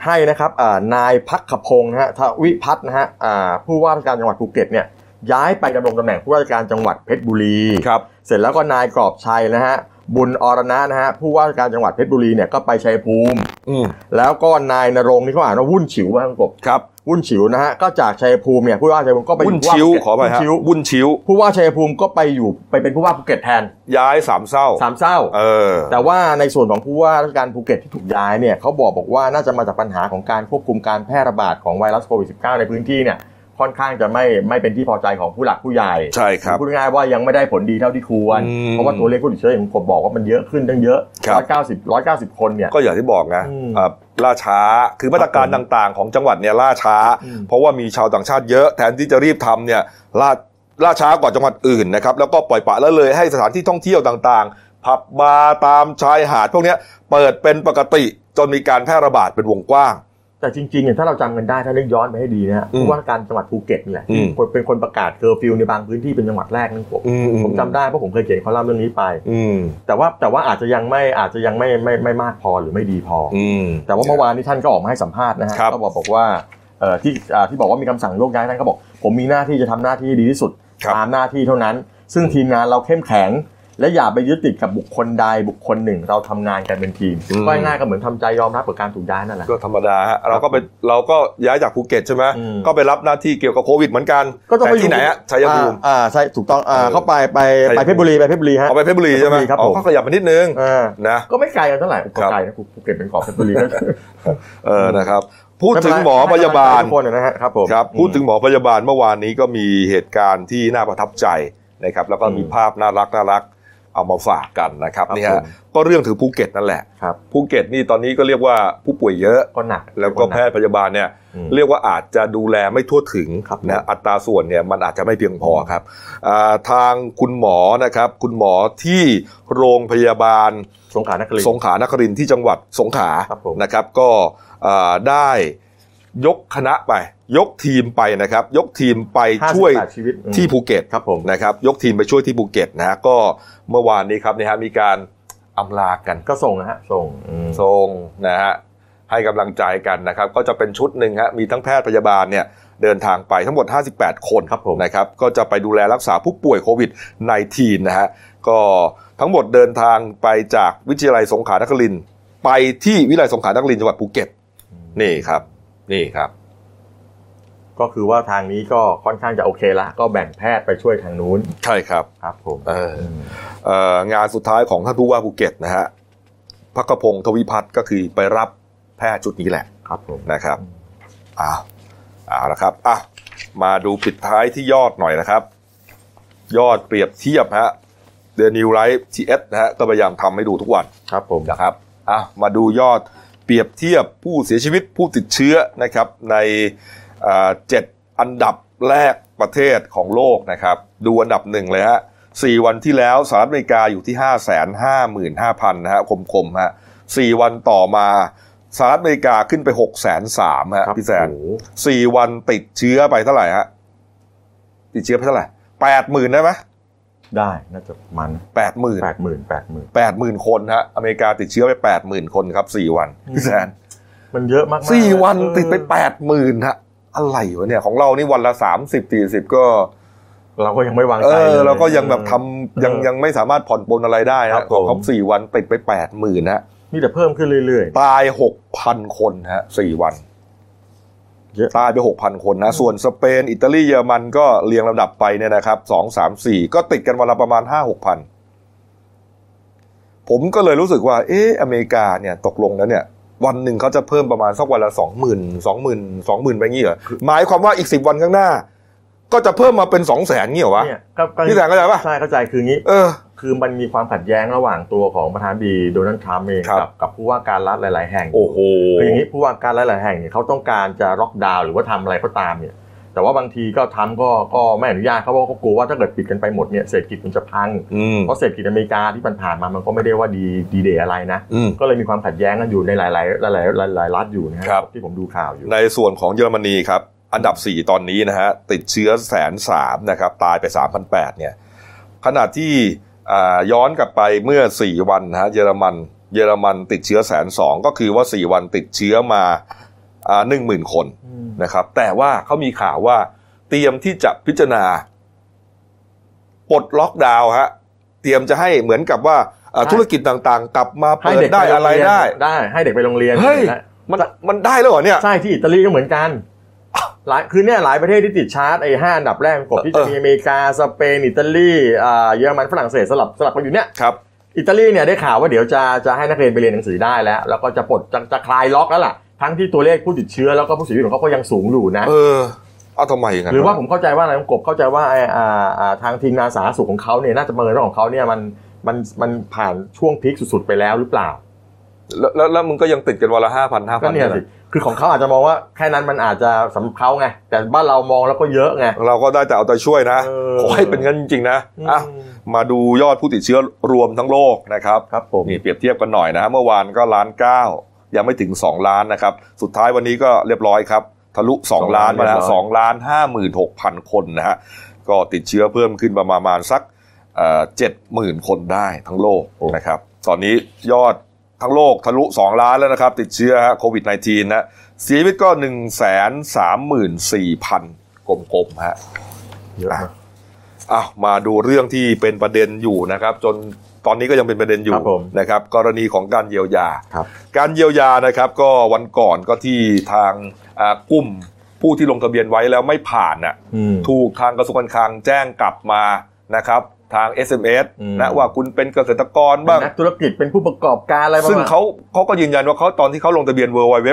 [SPEAKER 2] ให้นะครับอ่านายพักขพงศ์นะฮะทวิพัฒน์นะฮะอ่าผู้ว่าราชการจังหวัดภูเก็ตเนี่ยย้ายไปดำรงตำแหน่งผู้ว่าราชการจังหวัดเพชรบุรี
[SPEAKER 1] ครับ
[SPEAKER 2] เสร็จแล้วก็นายกรอบชัยนะฮะบุญอรณะนะฮะผู้ว่าราชการจังหวัดเพชรบุรีเนี่ยก็ไปชัยภูมิ
[SPEAKER 1] อืม
[SPEAKER 2] แล้วก็นายนรงค์นี่เขาอ่านว่าวุ่นฉิวบ้างกบ
[SPEAKER 1] ครับ
[SPEAKER 2] วุ่นฉิวนะฮะก็จากชัยภูมิเนี่ยผู้ว่าชัยภูมิก็ไปอ
[SPEAKER 1] บุญ
[SPEAKER 2] ยู่ผู้า
[SPEAKER 1] ชิว
[SPEAKER 2] ภูเก็ต
[SPEAKER 1] ขอไปฮะ
[SPEAKER 2] วุ่นชิว
[SPEAKER 1] บุญชิว
[SPEAKER 2] ผู้ว่าชัยภูมิก็ไปอยู่ไปเป็นผู้ว่าภูเก็ตแทน
[SPEAKER 1] ย้ายสามเศร้า
[SPEAKER 2] สามเศร้า
[SPEAKER 1] เออ
[SPEAKER 2] แต่ว่าในส่วนของผู้ว่าราชการภูเก็ตที่ถูกย้ายเนี่ยเขาบอกบอกว่าน่าจะมาจากปัญหาของการควบคุมการแพร่ระบาดของไวรัสโควิด -19 ในพื้นที่เนี่ยค่อนข้างจะไม่ไม่เป็นที่พอใจของผู้หลักผู้ใหญ่
[SPEAKER 1] ใช่ครับ
[SPEAKER 2] พูดง่ายๆว่ายังไม่ได้ผลดีเท่าที่ควร
[SPEAKER 1] อืม
[SPEAKER 2] เพราะว่าตัวเลขผู้ติดเชื้ออย่างผมบอกว่ามันเยอะขึ้นตั้งเยอะ
[SPEAKER 1] ครับ
[SPEAKER 2] ร้อยเก้าสิบร้อยเก้าสิบคนเนี่ย
[SPEAKER 1] ก็อย่างที่บอกนะ
[SPEAKER 2] อืม
[SPEAKER 1] อ่าล่าช้าคือมาตรการ
[SPEAKER 2] ครับผม
[SPEAKER 1] ต่างๆ ของจังหวัดเนี่ยล่าช้า
[SPEAKER 2] อืม
[SPEAKER 1] เพราะว่ามีชาวต่างชาติเยอะแทนที่จะรีบทำเนี่ยล่าล่าช้ากว่าจังหวัดอื่นนะครับแล้วก็ปล่อยปละละเลยให้สถานที่ท่องเที่ยวต่างๆ ผับบาร์ตามชายหาดพวกเนี้ยเปิดเป็นปกติจนมีการแพร่ระบาดเป็นวงกว้าง
[SPEAKER 2] แต่จริงๆเนี่ยถ้าเราจำกันได้ถ้านึกย้อนไปให้ดีนะฮะ
[SPEAKER 1] อืม
[SPEAKER 2] ผู้ว่าการจังหวัดภูเก็ตนี่แหละ
[SPEAKER 1] อืม
[SPEAKER 2] คนเป็นคนประกาศเคอร์ฟิวในบางพื้นที่เป็นจังหวัดแรกนั่นผมผมจำได้เพราะผมเคยเขียนคอลัมน์เรื่องนี้ไป
[SPEAKER 1] อืม
[SPEAKER 2] แต่ว่าแต่ว่าอาจจะยังไม่อาจจะยังไม่ไม่ไม่มากพอหรือไม่ดีพออ
[SPEAKER 1] อืม
[SPEAKER 2] แต่ว่าเมื่อวานนี้ท่านก็ออกมาให้สัมภาษณ์นะฮะ
[SPEAKER 1] ครับ
[SPEAKER 2] ก็บอกบอกว่าเอ่อที่อ่าที่บอกว่ามีคำสั่งโยกย้ายท่านก็บอก ผมมีหน้าที่จะทำหน้าที่ดีที่สุด
[SPEAKER 1] ครับ
[SPEAKER 2] ตามหน้าที่เท่านั้น ซึ่งทีมงานเราเข้มแข็ง และอย่าไปยึดติดกับบุคคลใดบุคคลหนึ่ง เราทำงานกันเป็นทีม
[SPEAKER 1] อืม
[SPEAKER 2] ก็ง่ายๆก็เหมือนทำใจยอมรับกับการถูกย้ายนั่นแหละ
[SPEAKER 1] ก็ธรรมดาฮะเราก็ไปเราก็ย้ายจากภูเก็ตใช่ไหม
[SPEAKER 2] อืม
[SPEAKER 1] ก็ไปรับหน้าที่เกี่ยวกับโควิดเหมือนกัน
[SPEAKER 2] ก็ต้อง
[SPEAKER 1] แต่
[SPEAKER 2] ไปอยู่
[SPEAKER 1] ที่ไหนฮะชัยภูมิ
[SPEAKER 2] อ่าอ่าใช่ถูกต้องอ่า
[SPEAKER 1] เออ
[SPEAKER 2] เข้าไปไป
[SPEAKER 1] ชัยภูมิ
[SPEAKER 2] ไปเพชรบุรีไปเพชรบุรีฮะ
[SPEAKER 1] เอาไปเพชรบุรีใช่ไหม
[SPEAKER 2] เพชรบุรีครับ
[SPEAKER 1] อ๋อ
[SPEAKER 2] ผม
[SPEAKER 1] ก็ขยับไปนิดนึง
[SPEAKER 2] อ่า
[SPEAKER 1] นะ
[SPEAKER 2] ก็ไม่ไกลกันเท่าไหร่ก็
[SPEAKER 1] ครับ
[SPEAKER 2] ไกลนะภูเก็ตเป็นเกาะเพชรบุรี
[SPEAKER 1] เออนะครับ พูดถึงหมอพยาบาล
[SPEAKER 2] ทุกคนนะฮะครับผม
[SPEAKER 1] ครับพูดถึงหมอพยาบาลเมื่อวานนี้ก็มีเหตุการณ์ที่น่าประทับใจนะครับแล้วก็มี
[SPEAKER 2] อืม
[SPEAKER 1] ภาพน่ารักน่ารักเอามาฝากกันนะครับ
[SPEAKER 2] ครับ
[SPEAKER 1] เนี่ย
[SPEAKER 2] ผม
[SPEAKER 1] ก็เรื่องถึงภูเก็ตนั่นแหละ
[SPEAKER 2] ครับ
[SPEAKER 1] ภูเก็ตนี่ตอนนี้ก็เรียกว่าผู้ป่วยเยอะ
[SPEAKER 2] ก็หนัก
[SPEAKER 1] แล้วก็
[SPEAKER 2] ห
[SPEAKER 1] แพ
[SPEAKER 2] นั
[SPEAKER 1] ทย์พยาบาลเนี่ย
[SPEAKER 2] อืม
[SPEAKER 1] เรียกว่าอาจจะดูแลไม่ทั่วถึง
[SPEAKER 2] ครับผม
[SPEAKER 1] นะอัตราส่วนเนี่ยมันอาจจะไม่เพียงพอครับอ่าทางคุณหมอนะครับคุณหมอที่โรงพยาบาล
[SPEAKER 2] สงขลานครินทร์
[SPEAKER 1] สงขลานครินทร์ที่จังหวัดสงขลา
[SPEAKER 2] ครับผม
[SPEAKER 1] นะครับก็เอ่อได้ยกคณะไป ยกทีมไปนะครับ ยกทีมไปช่วย
[SPEAKER 2] 58ชีวิตอืม
[SPEAKER 1] ที่ภูเก็ต
[SPEAKER 2] ครับผม
[SPEAKER 1] นะครับยกทีมไปช่วยที่ภูเก็ตนะฮะก็เมื่อวานนี้ครับนะฮะมีการอำลากัน
[SPEAKER 2] ก็ส่งนะฮะ ส่งอืม
[SPEAKER 1] ทรงนะฮะให้กำลังใจกันนะครับ ก็จะเป็นชุดหนึ่งฮะมีทั้งแพทย์พยาบาลเนี่ยเดินทางไปทั้งหมด 58 คน
[SPEAKER 2] ครับผม
[SPEAKER 1] นะครับก็จะไปดูแลรักษาผู้ป่วยโควิด -19 นะฮะก็ทั้งหมดเดินทางไปจากวิทยาลัยสงขลานครินทร์ไปที่วิทยาลัยสงขลานครินทร์จังหวัดภูเก็ตนี่ครับ นี่ครับ
[SPEAKER 2] ก็คือว่าทางนี้ก็ค่อนข้างจะโอเคละ ก็แบ่งแพทย์ไปช่วยทางนู้น
[SPEAKER 1] ใช่ครับ
[SPEAKER 2] ครับผม
[SPEAKER 1] เออเอ่องานสุดท้ายของท่านผู้ว่าภูเก็ตนะฮะพักกระพงศ์ทวิพัฒน์ก็คือไปรับแพทย์จุดนี้แหละ
[SPEAKER 2] ครับผม
[SPEAKER 1] นะครับอ้าวเอาละครับอ่ะมาดูปิดท้ายที่ยอดหน่อยนะครับ ยอดเปรียบเทียบฮะ The New Life TS นะฮะ ก็พยายามทำให้ดูทุกวัน
[SPEAKER 2] ครับผม
[SPEAKER 1] นะครับอ่ะมาดูยอดเปรียบเทียบผู้เสียชีวิตผู้ติดเชื้อนะครับ ในอ่าเจ็ดอันดับแรกประเทศของโลกนะครับ ดูอันดับหนึ่งเลยฮะสี่วันที่แล้วสหรัฐอเมริกาอยู่ที่ห้าแสนห้าหมื่นห้าพันนะฮะคมๆฮะสี่วันต่อมาสหรัฐอเมริกาขึ้นไปหกแสนสามฮะ
[SPEAKER 2] ครับ
[SPEAKER 1] พี่แซน
[SPEAKER 2] โอ้โห
[SPEAKER 1] สี่วันติดเชื้อไปเท่าไหร่ฮะติดเชื้อไปเท่าไหร่แปดหมื่นได้ไหม
[SPEAKER 2] ได้น่าจะประมัน
[SPEAKER 1] แปดหมื่น
[SPEAKER 2] แปดหมื่นแปดหมื่น
[SPEAKER 1] แปดหมื่นคนฮะอเมริกาติดเชื้อไปแปดหมื่นคนครับสี่วันพี่แซน
[SPEAKER 2] มันเยอะมากๆ
[SPEAKER 1] สี่วัน
[SPEAKER 2] เออ
[SPEAKER 1] ติดไปแปดหมื่นฮะอะไรวะเนี่ย ของเรานี่วันละสามสิบสี่สิบก็
[SPEAKER 2] เราก็ยังไม่วาง
[SPEAKER 1] เอ
[SPEAKER 2] ใจ
[SPEAKER 1] อ
[SPEAKER 2] ล
[SPEAKER 1] เราก็ยังแบบทำยัง
[SPEAKER 2] เออ
[SPEAKER 1] ยังไม่สามารถผ่อนปลนอะไรได้
[SPEAKER 2] ครั
[SPEAKER 1] นะ
[SPEAKER 2] บ
[SPEAKER 1] ข
[SPEAKER 2] ผม
[SPEAKER 1] องเขาสี่วันติดไปแปดหมื่นฮะ
[SPEAKER 2] มีแต่เพิ่มขึ้นเรื่อย
[SPEAKER 1] ตายหกพันคนฮะสี่วัน
[SPEAKER 2] เยอะ
[SPEAKER 1] ตายไปหกพันคนนะ ส่วนสเปน อิตาลีเยอรมันก็เรียงลำดับไปเนี่ยนะครับสองสามสี่ก็ติดกันวันละประมาณห้าหกพัน ผมก็เลยรู้สึกว่า เอออเมริกาเนี่ยตกลงแล้วเนี่ย วันหนึ่งเขาจะเพิ่มประมาณสักวันละสองหมื่นสองหมื่นสองหมื่นไปงี้เหรอหมายความว่าอีกสิบวันข้างหน้า ก็จะเพิ่มมาเป็นสองแสนงี้เหรอ
[SPEAKER 2] ๆ
[SPEAKER 1] วะ
[SPEAKER 2] เนี่ยก็ก็
[SPEAKER 1] พี่แสนเข้าใจปะ
[SPEAKER 2] ใช่เข้าใจคืองี้
[SPEAKER 1] เออ
[SPEAKER 2] คือมันมีความขัดแย้งระหว่างตัวของประธานาธิบดีโดนัลด์ทรัมป์เอง
[SPEAKER 1] ครับ
[SPEAKER 2] กับกับผู้ว่าการรัฐหลาย ๆ แห่ง
[SPEAKER 1] โอ้โห
[SPEAKER 2] คืออย่างนี้ผู้ว่าการหลาย ๆ แห่งเนี่ยเขาต้องการจะล็อกดาวน์หรือว่าทำอะไรก็ตามเนี่ย แต่ว่าบางทีก็ทำก็ก็ไม่อนุญาตเขาเพราะว่าก็กลัวว่าถ้าเกิดปิดกันไปหมดเนี่ยเศรษฐกิจมันจะพัง
[SPEAKER 1] อืม
[SPEAKER 2] เพราะเศรษฐกิจอเมริกาที่มันผ่านมามันก็ไม่ได้ว่าดีดีเดย์อะไรนะ
[SPEAKER 1] อืม
[SPEAKER 2] ก็เลยมีความขัดแย้งกันอยู่ในหลาย ๆ หลายๆหลายๆหลายรัฐอยู่นะฮะ
[SPEAKER 1] ครับ
[SPEAKER 2] ที่ผมดูข่าวอยู่
[SPEAKER 1] ในส่วนของเยอรมนีครับ อันดับ 4 ตอนนี้นะฮะ ติดเชื้อแสนสามนะครับ ตายไป 3,008เนี่ยขณะที่อ่าย้อนกลับไปเมื่อ 4 วันนะฮะเยอรมัน เยอรมันติดเชื้อแสนสองก็คือว่า 4 วันติดเชื้อมาอ่าหนึ่งหมื่นคนนะครับ แต่ว่าเขามีข่าวว่าเตรียมที่จะพิจารณาปลดล็อกดาวน์ฮะเตรียมจะให้เหมือนกับว่าอ่า
[SPEAKER 2] ใช่
[SPEAKER 1] ธุรกิจต่างๆ กลับมา
[SPEAKER 2] ให้
[SPEAKER 1] เปิด
[SPEAKER 2] เด็ก
[SPEAKER 1] ได้อะไร
[SPEAKER 2] ปโงเยน
[SPEAKER 1] ได้
[SPEAKER 2] ได้ให้เด็กไปโรงเรียน
[SPEAKER 1] เฮ้ย มันมันได้แล้วเหรอเนี่ย
[SPEAKER 2] ใช่ที่อิตาลีก็เหมือนกันหลายคือเนี่ยหลายประเทศที่ติดชาร์ตไอ้ห้าอันดับแรกกบที่จะมีอเมริกาสเปนอิตาลีอ่าเยอรมันฝรั่งเศสสลับสลับกันอยู่เนี่ย
[SPEAKER 1] ครับ
[SPEAKER 2] อิตาลีเนี่ยได้ข่าวว่าเดี๋ยวจะจะให้นักเรียนไปเรียนหนังสือได้แล้ว แล้วก็จะปลดจะจะคลายล็อกแล้วล่ะ ทั้งที่ตัวเลขผู้ติดเชื้อแล้วก็ผู้เสียชีวิตของเขาก็ยังสูงอยู่นะ
[SPEAKER 1] เออเอาทำไมอย่างนั้น
[SPEAKER 2] หรือว่า
[SPEAKER 1] ะ
[SPEAKER 2] ผมเข้าใจว่าอะไรผมกบเข้าใจว่าไอ้อ่าอ่าทางทีมงานสาธารณสุขของเขาเนี่ยน่าจะประเมินเรื่องของเขาเนี่ยมันมันมันผ่านช่วงพีคสุดๆไปแล้วหรือเปล่า
[SPEAKER 1] แล้วแล้วแล้วมึงก็ยังติดกันวันละห้าพันห้า
[SPEAKER 2] ก็
[SPEAKER 1] พัน
[SPEAKER 2] เนี่ยสิคือของเขาอาจจะมองว่าแค่นั้นมันอาจจะสำหรับเขาไงแต่บ้านเรามองแล้วก็เยอะไง
[SPEAKER 1] เราก็ได้แต่เอาใจช่วยนะ
[SPEAKER 2] เออ
[SPEAKER 1] ขอให้เป็นงั้นจริงๆนะอ่ะมาดูยอดผู้ติดเชื้อรวมทั้งโลกนะครับ
[SPEAKER 2] ครับผม
[SPEAKER 1] นี่เปรียบเทียบกันหน่อยนะฮะเมื่อวานก็ล้านเก้ายังไม่ถึง 2 ล้านนะครับ สุดท้ายวันนี้ก็เรียบร้อยครับ ทะลุ 2 ล้านมาแล้วสองล้านห้าหมื่นหกพันคนนะฮะก็ติดเชื้อเพิ่มขึ้นประมาณสักเจ็ดหมื่นคนได้ทั้งโลกนะครับ ตอนนี้ยอดทั้งโลกทะลุ 2 ล้านแล้วนะครับ ติดเชื้อฮะโควิด -19 นะเสียชีวิตก็ 1 3 4 0 0 0กลมๆฮะ
[SPEAKER 2] เยอะนะ
[SPEAKER 1] อ้าวมาดูเรื่องที่เป็นประเด็นอยู่นะครับ จนตอนนี้ก็ยังเป็นประเด็นอยู่นะครับ กรณีของการเยียวยา
[SPEAKER 2] ครับ
[SPEAKER 1] การเยียวยานะครับ ก็วันก่อนก็ที่ทางอ่ากลุ่มผู้ที่ลงทะเบียนไว้แล้วไม่ผ่านน่ะ
[SPEAKER 2] อืม
[SPEAKER 1] ถูกทางกระทรวงการคลังแจ้งกลับมานะครับ ทาง SMS
[SPEAKER 2] อืม
[SPEAKER 1] นะว่าคุณเป็นเกษตรกร
[SPEAKER 2] เป็
[SPEAKER 1] บ้าง
[SPEAKER 2] นนักธุรกิจเป็นผู้ประกอบการอะไรประมาณ
[SPEAKER 1] ซึ่งเขาเขาก็ยืนยันว่าเขาตอนที่เขาลงทะเบียน w w w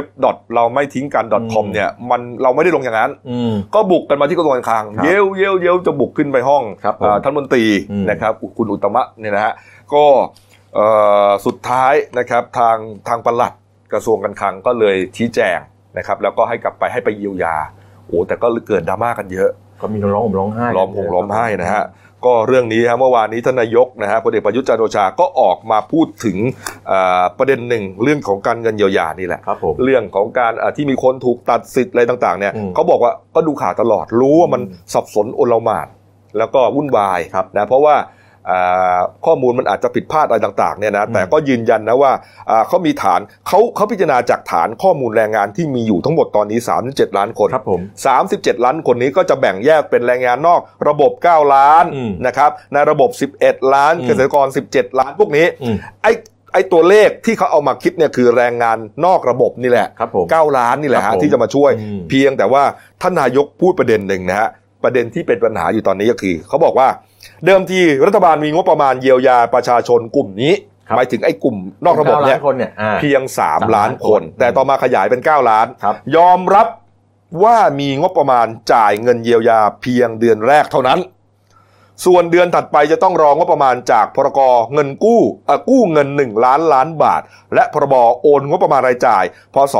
[SPEAKER 1] เราไม่ทิ้งกัน .com
[SPEAKER 2] อืม
[SPEAKER 1] เนี่ยมันเราไม่ได้ลงอย่างนั้น
[SPEAKER 2] อืม
[SPEAKER 1] ก็บุกกันมาที่กระทรวงการคลัง
[SPEAKER 2] ครับ
[SPEAKER 1] เย้วเย้วเย้วจะบุกขึ้นไปห้อง
[SPEAKER 2] ครับผม
[SPEAKER 1] อ่าท่านมนตรี
[SPEAKER 2] อืม
[SPEAKER 1] นะครับคุณอุตตมะเนี่ยนะฮะก็เอ่อสุดท้ายนะครับทางทางปลัดกระทรวงการคลังก็เลยชี้แจงนะครับแล้วก็ให้กลับไปให้ไปเยียวยาโอ้แต่ก็เกิดดราม่ากันเยอะ
[SPEAKER 2] ก็มีคนร้องผมร้องไห้
[SPEAKER 1] ร้องหงร้องไห้นะฮะก็เรื่องนี้ฮะเมื่อวานนี้ทานนายกนะฮะพลเอกประยุทธ์จันทร์โอชาก็ออกมาพูดถึงเอ่อประเด็นหนึ่งเรื่องของการเงินเยียวยานี่แหละ
[SPEAKER 2] ครับผม
[SPEAKER 1] เรื่องของการอ่ะที่มีคนถูกตัดสิทธิ์อะไรต่างๆเนี่ย
[SPEAKER 2] อืม
[SPEAKER 1] เขาบอกว่าก็ดูข่าวตลอดรู้ว่ามัน
[SPEAKER 2] อืม
[SPEAKER 1] สับสนโอลหมานแล้วก็วุ่นวาย
[SPEAKER 2] ครับ
[SPEAKER 1] นะเพราะว่าอ่าข้อมูลมันอาจจะผิดพลาดอะไรต่างๆเนี่ยนะ
[SPEAKER 2] อืม
[SPEAKER 1] แต่ก็ยืนยันนะว่าอ่าเขามีฐานเขาเขาพิจารณาจากฐานข้อมูลแรงงานที่มีอยู่ทั้งหมดตอนนี้ 37 ล้านคน
[SPEAKER 2] ครับผม
[SPEAKER 1] 37 ล้านคนนี้ก็จะแบ่งแยกเป็นแรงงานนอกระบบ 9 ล้าน
[SPEAKER 2] อืม
[SPEAKER 1] นะครับในระบบ 11 ล้าน
[SPEAKER 2] อืม
[SPEAKER 1] เกษตรกร 17 ล้านพวกนี้
[SPEAKER 2] อืม
[SPEAKER 1] ไอ้ไอ้ตัวเลขที่เขาเอามาคิดเนี่ยคือแรงงานนอกระบบนี่แหละ
[SPEAKER 2] ครับผม
[SPEAKER 1] 9 ล้านนี่แหละ
[SPEAKER 2] ครั
[SPEAKER 1] ฮะ
[SPEAKER 2] บผม
[SPEAKER 1] ที่จะมาช่วย
[SPEAKER 2] อืม
[SPEAKER 1] เพียงแต่ว่าท่านนายกพูดประเด็นหนึ่งนะฮะประเด็นที่เป็นปัญหาอยู่ตอนนี้ก็คือ เขาบอกว่าเดิมทีรัฐบาลมีงบประมาณเยียวยาประชาชนกลุ่มนี้หมายถึงไอ้กลุ่มนอกระบบเนี่ย
[SPEAKER 2] เก้าล้าคนเนี่ยอ่า
[SPEAKER 1] เพียง 3
[SPEAKER 2] 3
[SPEAKER 1] ล้านคน
[SPEAKER 2] ล้านคน
[SPEAKER 1] แต่ต่อมาขยายเป็น 9 ล้าน
[SPEAKER 2] ครับ
[SPEAKER 1] ยอมรับว่ามีงบประมาณจ่ายเงินเยียวยาเพียงเดือนแรกเท่านั้น ส่วนเดือนถัดไปจะต้องรองบประมาณจากพรกเงินกู้เอ่อกู้เงิน 1 ล้านล้านบาท และพรบโอนงบประมาณรายจ่าย พศ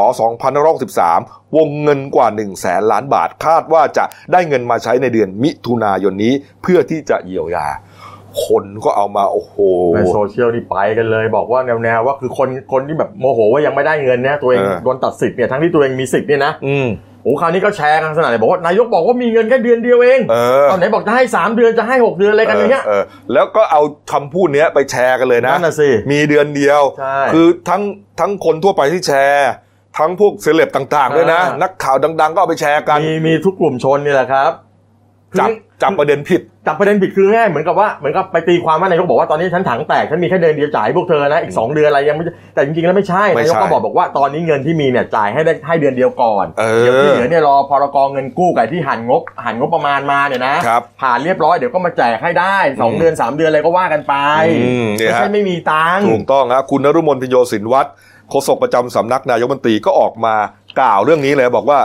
[SPEAKER 1] 2513 วงเงินกว่า 1 0 0 0 0แสนล้านบาท คาดว่าจะได้เงินมาใช้ในเดือนมิถุนายนนี้เพื่อที่จะเยียวยา คนก็เอามาโอ้โห
[SPEAKER 2] ในโซเชียลนี่ไปกันเลย บอกว่าแนวแนวๆว่าคือคนคนที่แบบโมโหว่ายังไม่ได้เงินเนี่ยตัวเอง
[SPEAKER 1] เออ
[SPEAKER 2] โดนตัดสิทธิ์เนี่ยทั้งที่ตัวเองมีสิทธิ์เนี่ยนะ
[SPEAKER 1] อืม
[SPEAKER 2] โอ้คราวนี้ก็แชร์กันสนั่นเลยบอกว่านายกบอกว่ามีเงินแค่เดือนเดียวเอง
[SPEAKER 1] เออ
[SPEAKER 2] ตอนไหนบอกจะให้ 3 เดือนจะให้ 6 เดือนอะไรกันอย่างเงี้ย
[SPEAKER 1] ออออแล้วก็เอาคำพูดเนี้ยไปแชร์กันเลยนะ
[SPEAKER 2] นั่นน่ะสิ
[SPEAKER 1] มีเดือนเดียว
[SPEAKER 2] ใช่
[SPEAKER 1] คือทั้งทั้งคนทั่วไปที่แชร์ ทั้งพวกเซเลบต่างๆด้วยนะ
[SPEAKER 2] อ่านั
[SPEAKER 1] นักข่าวดัง ๆ ก็เอาไปแชร์กัน
[SPEAKER 2] มีมีทุกกลุ่มชนนี่แหละครับ
[SPEAKER 1] จับ
[SPEAKER 2] คือ
[SPEAKER 1] จับประเด็นผิด
[SPEAKER 2] จับประเด็นผิดคือง่ายเหมือนกับว่าเหมือนกับไปตีความว่านายกบอกว่าตอนนี้ฉันถังแตกฉันมีแค่เดือนเดียวจ่ายให้พวกเธอนะอีกสองเดือนอะไรยังไม่แต่จริงๆแล้วไม่ใช่
[SPEAKER 1] ไม่
[SPEAKER 2] นา
[SPEAKER 1] ใช่
[SPEAKER 2] ยกก็บอกบอกว่าตอนนี้เงินที่มีเนี่ยจ่ายให้ได้ให้เดือนเดียวก่อน
[SPEAKER 1] เอ
[SPEAKER 2] เดี๋ยว
[SPEAKER 1] อ
[SPEAKER 2] ที่เหลือเนี่ยรอพรกเงินกู้กับที่หันงบหันงบประมาณมาเนี่ยนะครับผ่านเรียบร้อยเดี๋ยวก็มาแจกให้ได้
[SPEAKER 1] อืม
[SPEAKER 2] 2 เดือน 3 เดือนอะไรก็ว่ากันไป
[SPEAKER 1] อืมเนี่ย
[SPEAKER 2] ไม่
[SPEAKER 1] ฮะ
[SPEAKER 2] ใช่ไม่มีตังค์
[SPEAKER 1] ถูกต้องครับคุณนรุมนพินโยสินวัตรโฆษกประจำสำนักนายกบัญชีก็ออกมากล่าวเรื่องนี้เลยบอกว่า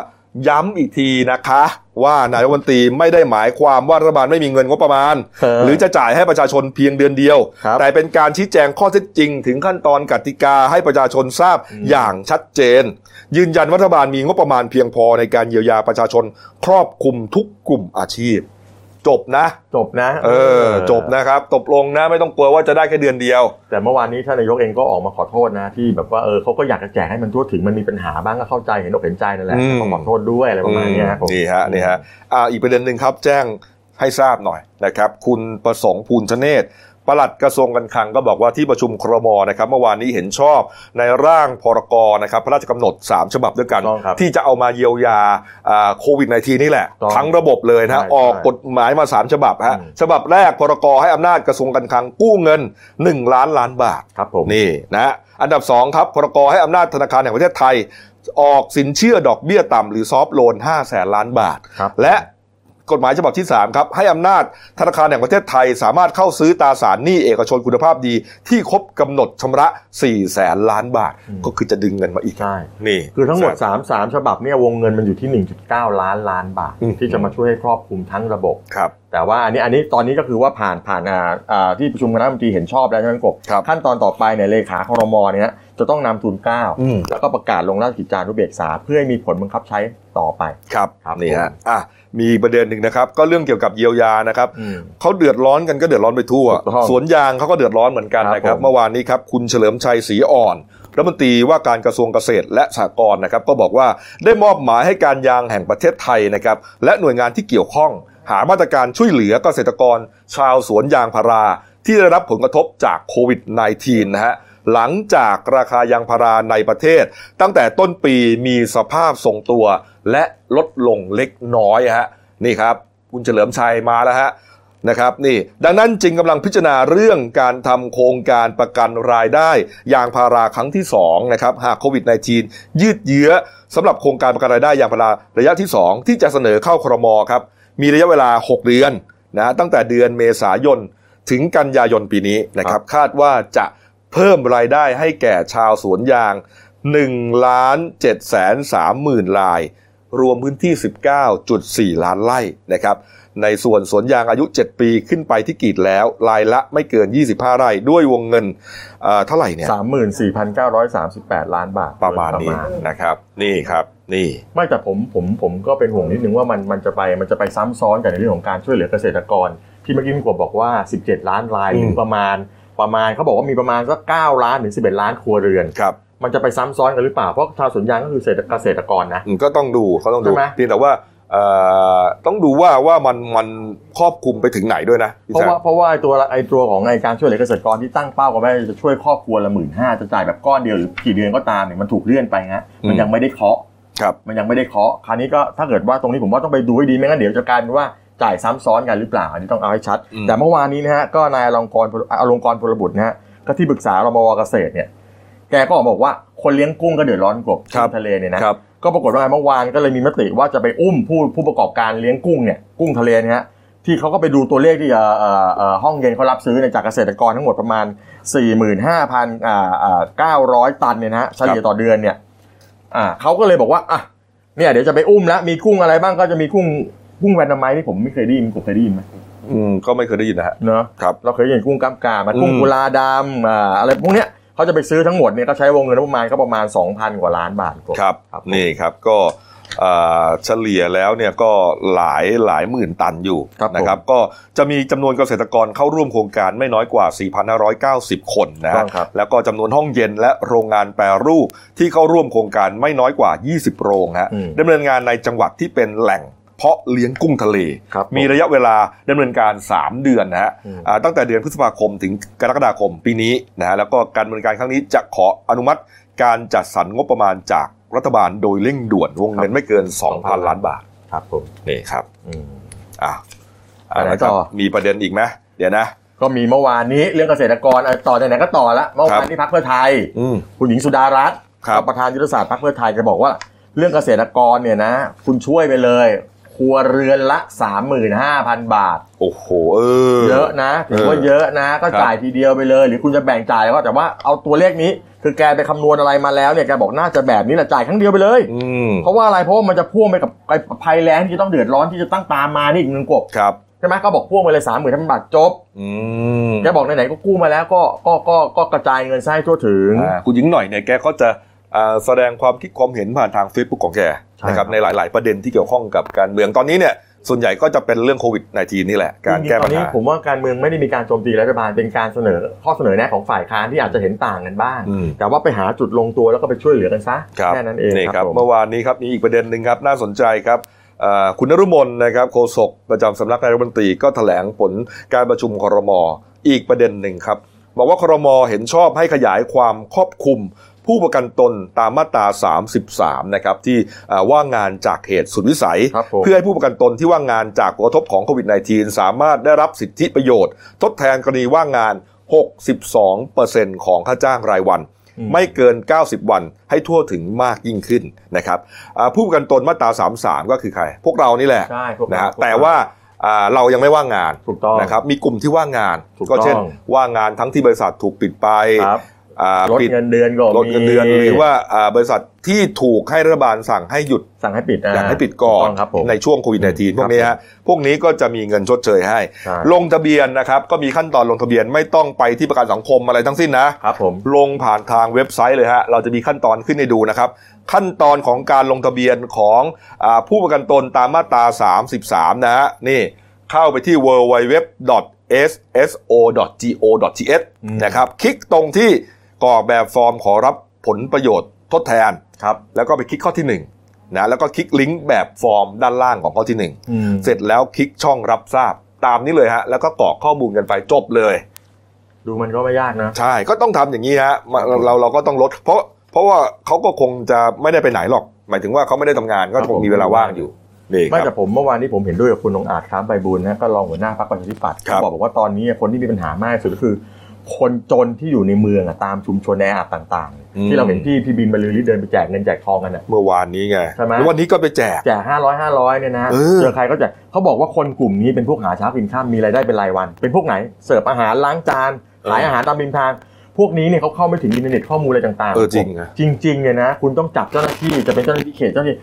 [SPEAKER 1] ย้ำอีกทีนะคะ ว่านายกรัฐมนตรีไม่ได้หมายความว่ารัฐบาลไม่มีเงินงบประมาณ
[SPEAKER 2] เออ
[SPEAKER 1] หรือจะจ่ายให้ประชาชนเพียงเดือนเดียว
[SPEAKER 2] ครับ
[SPEAKER 1] แต่เป็นการชี้แจงข้อเท็จจริง ถึงขั้นตอนกติกาให้ประชาชนทราบ
[SPEAKER 2] อืม
[SPEAKER 1] อย่างชัดเจน ยืนยันว่ารัฐบาลมีงบประมาณเพียงพอในการเยียวยาประชาชน ครอบคลุมทุกกลุ่มอาชีพ จบนะ
[SPEAKER 2] จบนะ
[SPEAKER 1] เออ จบนะครับตกลงนะไม่ต้องกลัวว่าจะได้แค่เดือนเดียว
[SPEAKER 2] แต่เมื่อวานนี้ท่านนายกเองก็ออกมาขอโทษนะที่แบบว่าเออเขาก็อยากจะแจกให้มันทั่วถึงมันมีปัญหาบ้างก็เข้าใจเห็นอกเห็นใจนั่นแหละ
[SPEAKER 1] อืม
[SPEAKER 2] ก็ขอโทษด้วยอะไรประมาณเนี้ยครับผม
[SPEAKER 1] นี่ฮะนี่ฮะอ่าอีกประเด็นหนึ่งครับ แจ้งให้ทราบหน่อยนะครับ คุณประสงค์ภูลชเนศปลัดกระทรวงการคลังก็บอกว่าที่ประชุมครมนะครับเมื่อวานนี้เห็นชอบในร่างพรกรนะครับ พระราชกำหนด 3 ฉบับด้วยกัน
[SPEAKER 2] ต้องครับ
[SPEAKER 1] ที่จะเอามาเยียวยาอ่าโควิด -19 นี่แหละ
[SPEAKER 2] ต้อง
[SPEAKER 1] ทั้งระบบเลยนะฮะ
[SPEAKER 2] ใช่
[SPEAKER 1] ออก
[SPEAKER 2] ใช่
[SPEAKER 1] กฎหมายมา 3 ฉบับฮะ
[SPEAKER 2] อืม
[SPEAKER 1] ฉบับแรกพรกรให้อำนาจกระทรวงการคลังกู้เงิน 1 ล้านล้านบาท
[SPEAKER 2] ครับผม
[SPEAKER 1] นี่นะอันดับ 2 ครับพรกให้อำนาจธนาคารแห่งประเทศไทย ออกสินเชื่อดอกเบี้ยต่ำหรือซอฟโลน 5 0แสนล้านบาท
[SPEAKER 2] ครับ
[SPEAKER 1] และกฎหมายฉบับที่ 3 ครับ ให้อำนาจธนาคารแห่งประเทศไทย สามารถเข้าซื้อตราสารหนี้เอกชนคุณภาพดี ที่ครบกำหนดชำระ4ี่แสนล้านบาท
[SPEAKER 2] อืม
[SPEAKER 1] ก็คือจะดึงเงินมาอีก
[SPEAKER 2] ใช่
[SPEAKER 1] นี่
[SPEAKER 2] คือทั้งหมด 3 3 ฉบับเนี่ยวงเงินมันอยู่ที่ 1.9 ล้านล้านบาท
[SPEAKER 1] อืม
[SPEAKER 2] ที่จะมาช่วยให้ครอบคลุมทั้งระบบ
[SPEAKER 1] ครับ
[SPEAKER 2] แต่ว่าอันนี้อันนี้ตอนนี้ก็คือว่าผ่านผ่านอ่าอ่าที่ประชุมคณะรัฐมนตรีเห็นชอบแล้วใช่ไหมกบ
[SPEAKER 1] ครับ
[SPEAKER 2] ขั้นตอนต่อไปเนี่ยเลขาครมเนี่ยจะต้องนำทุนเกล้า
[SPEAKER 1] อืม
[SPEAKER 2] แล้วก็ประกาศลงราชกิจจานุเบกษา เพื่อให้มีผลบังคับใช้ต่อไป
[SPEAKER 1] ครับ
[SPEAKER 2] ครับ
[SPEAKER 1] นี่ฮะ
[SPEAKER 2] ผม
[SPEAKER 1] อ่ะมีประเด็นหนึ่งนะครับ ก็เรื่องเกี่ยวกับเยียวยานะครับ
[SPEAKER 2] อืม
[SPEAKER 1] เขาเดือดร้อนกันก็เดือดร้อนไปทั่ว
[SPEAKER 2] ถูกต้อง
[SPEAKER 1] สวนยางเขาก็เดือดร้อนเหมือนกันนะค
[SPEAKER 2] ครั
[SPEAKER 1] รั
[SPEAKER 2] บบ ผม
[SPEAKER 1] เมื่อวานนี้ครับ คุณเฉลิมชัยศรีอ่อนรัฐมนตรีว่าการกระทรวงเกษตรและสหกรณ์นะครับ ก็บอกว่าได้มอบหมายให้การยางแห่งประเทศไทยนะครับ และหน่วยงานที่เกี่ยวข้อง หามาตรการช่วยเหลือเกษตรกร ชาวสวนยางพารา ที่ได้รับผลกระทบจากโควิด -19 นะฮะหลังจากราคายางพาราในประเทศ ตั้งแต่ต้นปีมีสภาพทรงตัว และลดลงเล็กน้อยฮะนี่ครับ คุณเฉลิมชัยมาแล้วฮะ นะครับนี่ดังนั้นจึงกำลังพิจารณาเรื่องการทำโครงการประกันรายได้ยางพาราครั้งที่2นะครับหากโควิด -19 ยืดเยื้อสำหรับโครงการประกันรายได้ยางพาราระยะที่ 2 ที่จะเสนอเข้าครมครับ มีระยะเวลา 6 เดือนนะตั้งแต่เดือนเมษายน ถึงกันยายนปีนี้นะครับ คาดว่าจะเพิ่มรายได้ให้แก่ชาวสวนยาง1ล้าน7แสน3หมื่นราย รวมพื้นที่ 19.4 ล้านไร่นะครับ ในส่วนสวนยางอายุ 7 ปีขึ้นไปที่กรีดแล้วรายละไม่เกิน 25 ไร่ด้วยวงเงินเอ่อเท่าไหร่เนี่ย
[SPEAKER 2] 34,938 ล้านบาท
[SPEAKER 1] ประมาณนี้นะครับ นี่ครับ นี่
[SPEAKER 2] ไม่แต่ผมผมผมก็เป็นห่วงนิดนึงว่ามันมันจะไปมันจะไปซ้ำซ้อนกับในเรื่องของการช่วยเหลือเกษตรกร ที่เมื่อกี้คุณกบบอกว่า 17 ล้านรายหรือ
[SPEAKER 1] ม
[SPEAKER 2] ประมาณประมาณเขาบอกว่ามีประมาณสัก9ล้านถึง11 ล้านครัวเรือน
[SPEAKER 1] ครับ
[SPEAKER 2] มันจะไปซ้ำซ้อนกันหรือเปล่า เพราะชาวสวนยางก็คือเกษตรกรนะ
[SPEAKER 1] อืมก็ต้องดูเขาต้องดู
[SPEAKER 2] ใช่ไหม
[SPEAKER 1] เพียงแต่ว่าเอ่อต้องดูว่าว่ามันมันครอบคลุมไปถึงไหนด้วยนะพี่
[SPEAKER 2] เพราะ
[SPEAKER 1] แจ๊ค
[SPEAKER 2] ว่าเพราะว่าไอ้ตัวไอ้ตัวของไอ้การช่วยเหลือเกษตรกรที่ตั้งเป้ากันไว้จะช่วยครอบครัวละหมื่นห้าจะจ่ายแบบก้อนเดียวหรือกี่เดือนก็ตามเนี่ยมันถูกเลื่อนไปฮะมัน
[SPEAKER 1] อืม
[SPEAKER 2] ยังไม่ได้เคาะ
[SPEAKER 1] ครับ
[SPEAKER 2] มันยังไม่ได้เคาะคราวนี้ก็ถ้าเกิดว่าตรงนี้ผมว่าต้องไปดูให้ดีไม่งั้นเดี๋ยวจะกลายเป็นว่าจ่ายซ้ำซ้อนกันหรือเปล่าอันนี้ต้องเอาให้ชัด
[SPEAKER 1] อืม
[SPEAKER 2] แต่เมื่อวานนี้นะฮะก็นายอลงกรณ์อลงกรณ์พลบุตรนะฮะก็ที่ปรึกษารมวเกษตรเนี่ยแกก็ออกมาบอกว่าคนเลี้ยงกุ้งก็เดือดร้อนกบที่ทะเลเนี่ยนะ
[SPEAKER 1] ครับ
[SPEAKER 2] ก็ปรากฏว่าเมื่อวานก็เลยมีมติว่าจะไปอุ้มผู้ผู้ประกอบการเลี้ยงกุ้งเนี่ยกุ้งทะเลเนะฮะที่เขาก็ไปดูตัวเลขที่เอ่อเอ่อเอ่อห้องเย็นเขารับซื้อเนี่ยจากเกษตรกรทั้งหมดประมาณ 45,000อ่าอ่า900 ตันเนี่ยนะฮะเฉลี่ยต่อเดือนเนี่ยอ่าเขาก็เลยบอกว่าอ่ะเนี่ยเดี๋ยวจะไปอุ้มแล้วมีกุ้งอะไรบ้างก็จะมีกุ้งกุ้งแวนนาไมที่ผมไม่เคยได้ยินกบเคยได้ยินไหม
[SPEAKER 1] อืมก็ไม่เคยได้ยินนะฮะ
[SPEAKER 2] เนาะ
[SPEAKER 1] ครับ
[SPEAKER 2] เราเคยได้ยินกุ้งกามกามอะ
[SPEAKER 1] อืม
[SPEAKER 2] กุ้งกุลาดำอ่าอะไรพวกเนี้ยเขาจะไปซื้อทั้งหมดเนี่ยก็ใช้วงเงินประมาณก็ประมาณ 2,000 กว่าล้านบาทกว่า
[SPEAKER 1] ครับ
[SPEAKER 2] ครับ
[SPEAKER 1] นี่ครับ ก็เอ่อเฉลี่ยแล้วเนี่ยก็หลายหลายหมื่นตันอยู่นะครับ ก็จะมีจำนวนเกษตรกรเข้าร่วมโครงการไม่น้อยกว่า 4,590 คนนะ
[SPEAKER 2] ต้
[SPEAKER 1] ฮะ
[SPEAKER 2] องครับ
[SPEAKER 1] แล้วก็จำนวนห้องเย็นและโรงงานแปรรูปที่เข้าร่วมโครงการไม่น้อยกว่า 20 โรงฮะ
[SPEAKER 2] อืม
[SPEAKER 1] ดำเนินงานในจังหวัดที่เป็นแหล่งเพาะเลี้ยงกุ้งทะเล
[SPEAKER 2] ครับผม
[SPEAKER 1] มีระยะเวลาดำเนินการ 3 เดือนนะฮะ
[SPEAKER 2] อืม
[SPEAKER 1] อ่าตั้งแต่เดือนพฤษภาคมถึงกรกฎาคมปีนี้นะฮะแล้วก็การดำเนินการครั้งนี้จะขออนุมัติการจัดสรรงบประมาณจากรัฐบาลโดยเร่งด่วนวงเงินไม่เกิน 2,000 ล้านบาท
[SPEAKER 2] ครับผม
[SPEAKER 1] นี่ครับ
[SPEAKER 2] อืม
[SPEAKER 1] อ่ะ
[SPEAKER 2] ไปไหนต่อ
[SPEAKER 1] ะครับมีประเด็นอีกไหมเดี๋ยวนะ
[SPEAKER 2] ก็มีเมื่อวานนี้เรื่องเกษตรกรอ่ะต่อไหนๆก็ต่อละเมื่อ
[SPEAKER 1] ครั
[SPEAKER 2] วาน
[SPEAKER 1] บ
[SPEAKER 2] นี้พักเพื่อไทย
[SPEAKER 1] อืม
[SPEAKER 2] คุณหญิงสุดารัตน์
[SPEAKER 1] ครับ
[SPEAKER 2] ประธานยุทธศาสตร์พักเพื่อไทยจะบอกว่า เรื่องเกษตรกรเนี่ยนะ คุณช่วยไปเลย ครัวเรือนละ 35,000 บาท
[SPEAKER 1] โอ้โหเออ
[SPEAKER 2] เยอะนะถือว่า
[SPEAKER 1] เออ
[SPEAKER 2] เยอะนะ ก็
[SPEAKER 1] ครับ
[SPEAKER 2] จ่ายทีเดียวไปเลย หรือคุณจะแบ่งจ่ายก็แต่ว่าเอาตัวเลขนี้เก คือแกไปคำนวณอะไรมาแล้วเนี่ยแกบอกน่าจะแบบนี้แหละจ่ายครั้งเดียวไปเลย
[SPEAKER 1] อืม
[SPEAKER 2] เพราะว่าอะไรเพราะว่ามันจะพ่วงไปกับไปภัยแล้งที่ต้องเดือดร้อนที่จะตั้งตามมานี่อีกหนึ่งกบ
[SPEAKER 1] ครับ
[SPEAKER 2] ใช่ไหมก็บอกพ่วงไปเลยสามหมื่นบาทจบ
[SPEAKER 1] อืม
[SPEAKER 2] แกบอกไหนๆก็กู้มาแล้วก็ก็ก็ก็กระจายเงินใช้ทั่วถึง
[SPEAKER 1] อ่าคุณหญิงหน่อยเนี่ยแกก็จะอ่าแสดงความคิดความเห็นผ่านทางเฟซบุ๊กของแก
[SPEAKER 2] ใช่
[SPEAKER 1] นะค
[SPEAKER 2] ค
[SPEAKER 1] รั
[SPEAKER 2] รั
[SPEAKER 1] บบ ในหลาย ๆ ประเด็นที่เกี่ยวข้องกับการเมืองตอนนี้เนี่ยส่วนใหญ่ก็จะเป็นเรื่องโควิด -19 นี่แหละการแก้ปัญ
[SPEAKER 2] จริงๆตอนนี้
[SPEAKER 1] หา
[SPEAKER 2] ผมว่าการเมืองไม่ได้มีการโจมตีรัฐบาลเป็นการเสนอข้อเสนอแนะของฝ่ายค้านที่อาจจะเห็นต่างกันบ้าง
[SPEAKER 1] อืม
[SPEAKER 2] แต่ว่าไปหาจุดลงตัวแล้วก็ไปช่วยเหลือกันซะ
[SPEAKER 1] ครับ
[SPEAKER 2] แค่นั้นเอง
[SPEAKER 1] นี่ครับ
[SPEAKER 2] ผม
[SPEAKER 1] เมื่อวานนี้ครับมีอีกประเด็นหนึ่งครับน่าสนใจครับเอ่อคุณนรุมนนะครับโฆษกประจำสำนักนายกรัฐมนตรีก็แถลงผลการประชุมครมอีกประเด็นหนึ่งครับบอกว่าครมเห็นชอบให้ขยายความครอบคลุม ผู้ประกันตนตามมาตรา 33 นะครับที่เอ่อว่างงานจากเหตุสุดวิสัย
[SPEAKER 2] ครับผม
[SPEAKER 1] เพื่อให้ผู้ประกันตนที่ว่างงานจากผลกระทบของโควิด -19 สามารถได้รับสิทธิประโยชน์ ทดแทนกรณีว่างงาน 62%ของค่าจ้างรายวัน
[SPEAKER 2] อืม
[SPEAKER 1] ไม่เกิน 90 วันให้ทั่วถึงมากยิ่งขึ้นนะครับอ่าผู้ประกันตนมาตรา 33 ก็คือใคร พวกเรานี่แหละ
[SPEAKER 2] ใช่พวก
[SPEAKER 1] นะฮะ
[SPEAKER 2] พก
[SPEAKER 1] แต่ว่าอ่าเรายังไม่ว่างงาน
[SPEAKER 2] ถูกต้อง
[SPEAKER 1] นะครับ มีกลุ่มที่ว่างงาน
[SPEAKER 2] ถูก
[SPEAKER 1] ก็เช่น
[SPEAKER 2] ต้อง
[SPEAKER 1] ว่างงานทั้งที่บริษัทถูกปิดไป
[SPEAKER 2] ครับ
[SPEAKER 1] อ่า
[SPEAKER 2] ลด
[SPEAKER 1] ปิด
[SPEAKER 2] เงินเดือนก็
[SPEAKER 1] ลดเงินเดือน หรือว่าอ่าบริษัทที่ถูกให้รัฐบาลสั่งให้หยุด
[SPEAKER 2] สั่งให้ปิดนะ
[SPEAKER 1] อยากให้ปิดก่อน
[SPEAKER 2] ถูต้องครับผม
[SPEAKER 1] ในช่วงโควิด -19 พวกนี้
[SPEAKER 2] ครั
[SPEAKER 1] ฮะ
[SPEAKER 2] บ
[SPEAKER 1] พวกนี้ก็จะมีเงินชดเชยให้
[SPEAKER 2] ใช่
[SPEAKER 1] ลงทะเบียนนะครับ ก็มีขั้นตอนลงทะเบียนไม่ต้องไปที่ประกันสังคมอะไรทั้งสิ้นนะ
[SPEAKER 2] ครับผม
[SPEAKER 1] ลงผ่านทางเว็บไซต์เลยฮะ เราจะมีขั้นตอนขึ้นให้ดูนะครับ ขั้นตอนของการลงทะเบียนของอาผู้ประกันตนตามมาตรา 33 นะฮะ นี่เข้าไปที่ www.sso.go.th
[SPEAKER 2] อืม
[SPEAKER 1] นะครับ คลิกตรงที่กรอกแบบฟอร์มขอรับผลประโยชน์ทดแทน
[SPEAKER 2] ครับ
[SPEAKER 1] แล้วก็ไปคลิกข้อที่1นะแล้วก็คลิกลิงก์แบบฟอร์มด้านล่างของข้อที่
[SPEAKER 2] อืม
[SPEAKER 1] 1 เสร็จแล้วคลิกช่องรับทราบตามนี้เลยฮะ แล้วก็กรอกข้อมูลกันไปจบเลย
[SPEAKER 2] ดูมันก็ไม่ยากนะ
[SPEAKER 1] ใช่ก็ต้องทำอย่างนี้ฮะมาเราเราเราก็ต้องลด เพราะเพราะว่าเขาก็คงจะไม่ได้ไปไหนหรอก หมายถึงว่าเขาไม่ได้ทำงานก็
[SPEAKER 2] ครั
[SPEAKER 1] ค
[SPEAKER 2] บผม
[SPEAKER 1] งมีเวลาว่างอยู่นี่ค
[SPEAKER 2] ไม่
[SPEAKER 1] รั
[SPEAKER 2] แต่
[SPEAKER 1] บ
[SPEAKER 2] ผมเมื่อวานนี้ผมเห็นด้วยกับคุณองอาจค้ามใบบุญนะก็รองหัวหน้าพรรคประชาธิปัตย์
[SPEAKER 1] ครับ
[SPEAKER 2] เขาบอกบอกว่าตอนนี้คนที่มีปัญหามากที่สุดก็คือ คนจนที่อยู่ในเมืองอะตามชุมชนแออัดต่างๆ ที่เราเห็นพี่พี่บินบรรลือฤทธิ์เดินไปแจกเงินแจกทองกันอะ
[SPEAKER 1] เมื่อวานนี้ไง
[SPEAKER 2] ใช่ไหม
[SPEAKER 1] แล้ววันนี้ก็ไปแจก
[SPEAKER 2] แจกห้าร้อยห้าร้อยเนี่ยนะ
[SPEAKER 1] เออ
[SPEAKER 2] เจอใครก็แจกเขาบอกว่าคนกลุ่มนี้เป็นพวกหาเช้ากินข้ามมีรายได้เป็นรายวัน เป็นพวกไหนเสิร์ฟอาหารล้างจานขายอาหารตามริมทาง พวกนี้เนี่ยเขาเข้าไม่ถึงอินเทอร์เน็ตข้อมูลอะไรต่างๆ
[SPEAKER 1] เออจริงนะ
[SPEAKER 2] จริงๆเนี่ยนะคุณต้องจับเจ้าหน้าที่จะเป็นเจ้าหน้าที่เขตเจ้าหน้าที่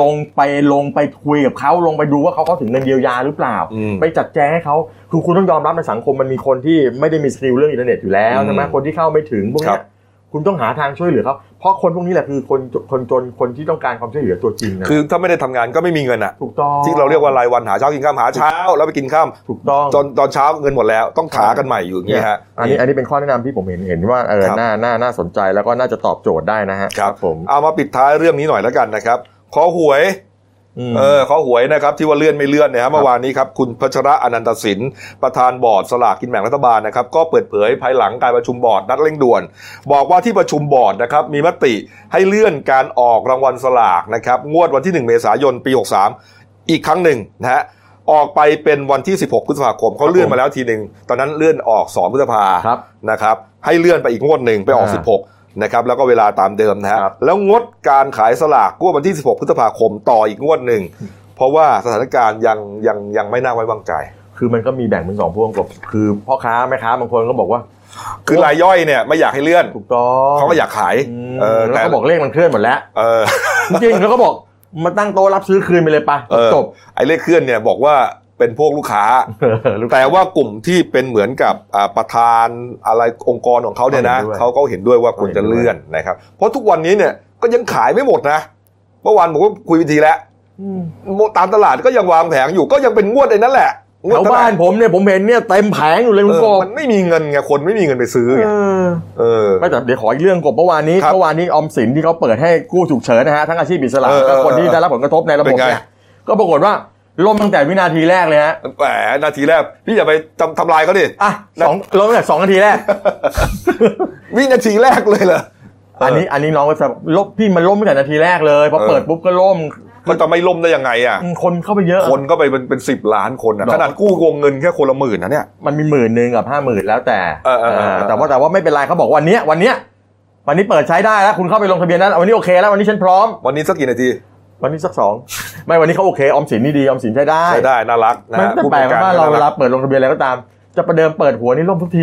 [SPEAKER 2] ลงไปลงไปคุยกับเขาลงไปดูว่าเขาเข้าถึงเงินเยียวยาหรือเปล่า
[SPEAKER 1] อืม
[SPEAKER 2] ไปจัดแจงให้เขาคือคุณต้องยอมรับในสังคมมันมีคนที่ไม่ได้มีสกิลเรื่องอินเทอร์เน็ตอยู่แล้วใช่ไหม
[SPEAKER 1] อืม
[SPEAKER 2] คนที่เข้าไม่ถึงพวก
[SPEAKER 1] ครั
[SPEAKER 2] เนี้
[SPEAKER 1] บ
[SPEAKER 2] ยคุณต้องหาทางช่วยเหลือเขาเพราะคนพวกนี้แหละคือคนคนจนคนที่ต้องการความช่วยเหลือตัวจริงนะ
[SPEAKER 1] คือถ้าไม่ได้ทำงานก็ไม่มีเงินอ่ะ
[SPEAKER 2] ถูกต้อง
[SPEAKER 1] ที่เราเรียกว่ารายวันหาเช้ากินข้ามหาเช้าแล้วไปกินข้าม
[SPEAKER 2] ถูกต้อง
[SPEAKER 1] จนตอนเช้าเงินหมดแล้วต้องถากันใหม่อยู่อย่าง
[SPEAKER 2] เนี่
[SPEAKER 1] นี้
[SPEAKER 2] ย
[SPEAKER 1] ฮะ
[SPEAKER 2] อันนี้อันนี้เป็นข้อแนะนำที่ผมเห็นเห็นว่าเออ
[SPEAKER 1] ครับ
[SPEAKER 2] น่าน่าน่าสนใจแล้วก็น่าจะตอบโจทย์ได้นะฮะ
[SPEAKER 1] ครับ
[SPEAKER 2] ผม
[SPEAKER 1] เอามาปิดท้ายเรื่องนี้หน่อยแล้วกันนะครับขอหวย
[SPEAKER 2] ม
[SPEAKER 1] เออเขาหวยนะครับที่ว่าเลื่อนไม่เลื่อนเนะฮะเมื่อวานนี้ครับคุณพัชระอนันตศิลป์ประธานบอร์ดสลากกินแบ่งรัฐบาลนะครับก็เปิดเผยภายหลังการประชุมบอร์ดนัดเร่งด่วน บอกว่าที่ประชุมบอร์ดนะครับมีมติให้เลื่อนการออกรางวัลสลากนะครับงวดวันที่ 1 เมษายนปี 63 อีกครั้งหนึ่งนะฮะออกไปเป็นวันที่ 16พฤษภาคมเขาเลื่อนมาแล้วทีหนึ่งตอนนั้นเลื่อนออก 2 พฤษภา
[SPEAKER 2] ครับ
[SPEAKER 1] นะครับให้เลื่อนไปอีกงวดหนึ่งไปออก
[SPEAKER 2] อ่า
[SPEAKER 1] 16นะครับแล้วก็เวลาตามเดิมนะฮะ
[SPEAKER 2] ครับ
[SPEAKER 1] แล้วงดการขายสลากงวดวันที่ 16 พฤษภาคมต่ออีกงวดหนึ่ง เพราะว่าสถานการณ์ยังยังยังไม่น่าไว้วางใจ
[SPEAKER 2] คือมันก็มีแบ่งเป็นสองพวกกับคือพ่อค้าแม่ค้าบางคนก็บอกว่า
[SPEAKER 1] คือรายย่อยเนี่ยไม่อยากให้เลื่อน
[SPEAKER 2] ถูกต้อง
[SPEAKER 1] เขาก็อยากขาย
[SPEAKER 2] เอ
[SPEAKER 1] เอ
[SPEAKER 2] อ
[SPEAKER 1] อ
[SPEAKER 2] แล้ว
[SPEAKER 1] แต่
[SPEAKER 2] ก็บอกเลขมันเคลื่อนหมดแล้ว
[SPEAKER 1] เออ
[SPEAKER 2] จริงๆแล้วก็บอกมาตั้งโต๊ะรับซื้อคืนไปเลยปะ
[SPEAKER 1] เออ
[SPEAKER 2] จบ
[SPEAKER 1] ไอ้เลขเคลื่อนเนี่ยบอกว่าเป็นพวกลูกค้า
[SPEAKER 2] ลูก
[SPEAKER 1] แต่ว่ากลุ่มที่เป็นเหมือนกับอ่าประธานอะไรองค์กรของเขาเนี่ยนะ
[SPEAKER 2] เขาเห็น
[SPEAKER 1] เขาก็เห็น
[SPEAKER 2] ด้วย
[SPEAKER 1] ด้วยว่าควรจะเลื่อนนะครับ เพราะทุกวันนี้เนี่ยก็ยังขายไม่หมดนะเมื่อวานผมก็คุยวิธีแล้วตามตลาดก็ยังวางแผงอยู่ก็ยังเป็นงวดไอ้นั่นแหละงวด
[SPEAKER 2] แถ
[SPEAKER 1] ต
[SPEAKER 2] ว
[SPEAKER 1] ลด
[SPEAKER 2] บ้านผมเนี่ยผมเห็นเนี่ยเต็มแผงอยู่เลย
[SPEAKER 1] เอ
[SPEAKER 2] คุณ
[SPEAKER 1] อก
[SPEAKER 2] บ
[SPEAKER 1] มันไม่มีเงินไงคนไม่มีเงินไปซื้อไง
[SPEAKER 2] เออ
[SPEAKER 1] เออ
[SPEAKER 2] ไม่แต่เดี๋ยวขออีกเรื่องกบเมื่อวานนี้
[SPEAKER 1] ครับ
[SPEAKER 2] เมื่อวานนี้ออมสินที่เขาเปิดให้กู้ฉุกเฉินนะฮะทั้งอาชีพอิสระ
[SPEAKER 1] เออ
[SPEAKER 2] และคน
[SPEAKER 1] เออ
[SPEAKER 2] ที่ได้รับผลกระทบในระบบ
[SPEAKER 1] เป็นไง
[SPEAKER 2] เนี่ยก็ปรากฏว่าล่มตั้งแต่วินาทีแรกเลยฮะ
[SPEAKER 1] แหมนาทีแรกพี่อย่าไปทำทำลายเขาดิ
[SPEAKER 2] อ่ะสองล่มตั้งแต่สองนาทีแรก
[SPEAKER 1] วินาทีแรกเลยเหรอ
[SPEAKER 2] อันนี้อันนี้น้องก็จะล่มพี่มันล่มตั้งแต่นาทีแรกเลยพอ
[SPEAKER 1] เออ
[SPEAKER 2] เปิดปุ๊บก็ล่ม
[SPEAKER 1] มันจะไม่ล่มได้ยังไงอ่ะ
[SPEAKER 2] คนเข้าไปเยอะ
[SPEAKER 1] คนก็ไปเป็นเป็นสิบล้านคนอะ
[SPEAKER 2] ดอก
[SPEAKER 1] ขนาดกู้วงเงินแค่คนละหมื่นนะเนี่ย
[SPEAKER 2] มันมีหมื่นหนึ่งกับห้าหมื่นแล้วแต่
[SPEAKER 1] เออเออเออ
[SPEAKER 2] เออแต่ว่าแต่ว่าไม่เป็นไรเขาบอกวันเนี้ยวันเนี้ยวันนี้เปิดใช้ได้แล้วคุณเข้าไปลงทะเบียนได้แล้ววันนี้โอเคแล้ววันนี้ฉันพร้อม
[SPEAKER 1] วันนี้สักกี่นาที
[SPEAKER 2] วันนี้สักสอง ไม่วันนี้เขาโอเคออมสินนี่ดีออมสินใช้ได้
[SPEAKER 1] ใช้ได้น่ารักนะ
[SPEAKER 2] มัน
[SPEAKER 1] ฮะ
[SPEAKER 2] จะ
[SPEAKER 1] ผู้
[SPEAKER 2] แปล
[SPEAKER 1] บ
[SPEAKER 2] ก
[SPEAKER 1] ริกา
[SPEAKER 2] ว่าร เราเว
[SPEAKER 1] น่า
[SPEAKER 2] ลา
[SPEAKER 1] รัก
[SPEAKER 2] เปิดลงทะเบียนอะไรก็ตาม จะประเดิมเปิดหัวนี่ล่มทุกที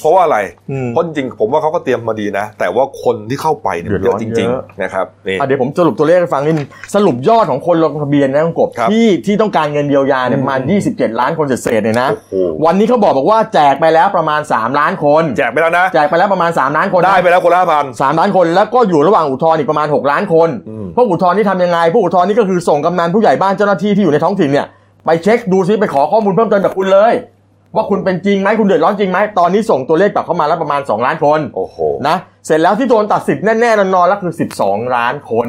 [SPEAKER 1] เพราะว่าอะไร
[SPEAKER 2] อืม
[SPEAKER 1] เพราะจริงๆผมว่าเขาก็เตรียมมาดีนะ แต่ว่าคนที่เข้าไปเนี่ย
[SPEAKER 2] เดือด
[SPEAKER 1] เย
[SPEAKER 2] ร้อ
[SPEAKER 1] อะ
[SPEAKER 2] น
[SPEAKER 1] จริง
[SPEAKER 2] เยอะ
[SPEAKER 1] ๆ นะครับนี่
[SPEAKER 2] อ่ะเดี๋ยวผมสรุปตัวเลขให้ฟังนิดนึงสรุปยอดของคนลงทะเบียนนะคุณกบ
[SPEAKER 1] ครับ
[SPEAKER 2] ที่ที่ต้องการเงินเยียวยาเนี่ย
[SPEAKER 1] อืม
[SPEAKER 2] ประมาณ 27 ล้านคนเศษๆเนี่ยนะ
[SPEAKER 1] โอ้โห
[SPEAKER 2] วันนี้เขาบอกบอกว่าแจกไปแล้วประมาณ 3 ล้านคน
[SPEAKER 1] แจกไปแล้วนะ
[SPEAKER 2] แจกไปแล้วประมาณ 3 ล้านคน
[SPEAKER 1] ได้ไปแล้วคนละห้าพัน
[SPEAKER 2] สามล้านคนแล้วก็อยู่ระหว่างอุทธรณ์อีกประมาณ 6 ล้านคน
[SPEAKER 1] อืม
[SPEAKER 2] พวกอุทธรณ์นี่ทำยังไงพวกอุทธรณ์นี่ก็คือส่งกำนันผู้ใหญ่บ้านเจ้าหน้าที่ที่อยู่ในท้องถิ่นเนี่ยไปเช็คดูซิไปขอข้อมูลเพิ่มเติมจากคุณเลย ว่าคุณเป็นจริงไหมคุณเดือดร้อนจริงไหมตอนนี้ส่งตัวเลขกลับเข้ามาแล้วประมาณ 2 ล้านคน
[SPEAKER 1] โอ้โห
[SPEAKER 2] นะเสร็จแล้วที่โดนตัดสิทธิ์แน่ๆนอนๆแล้วคือ 12 ล้านคน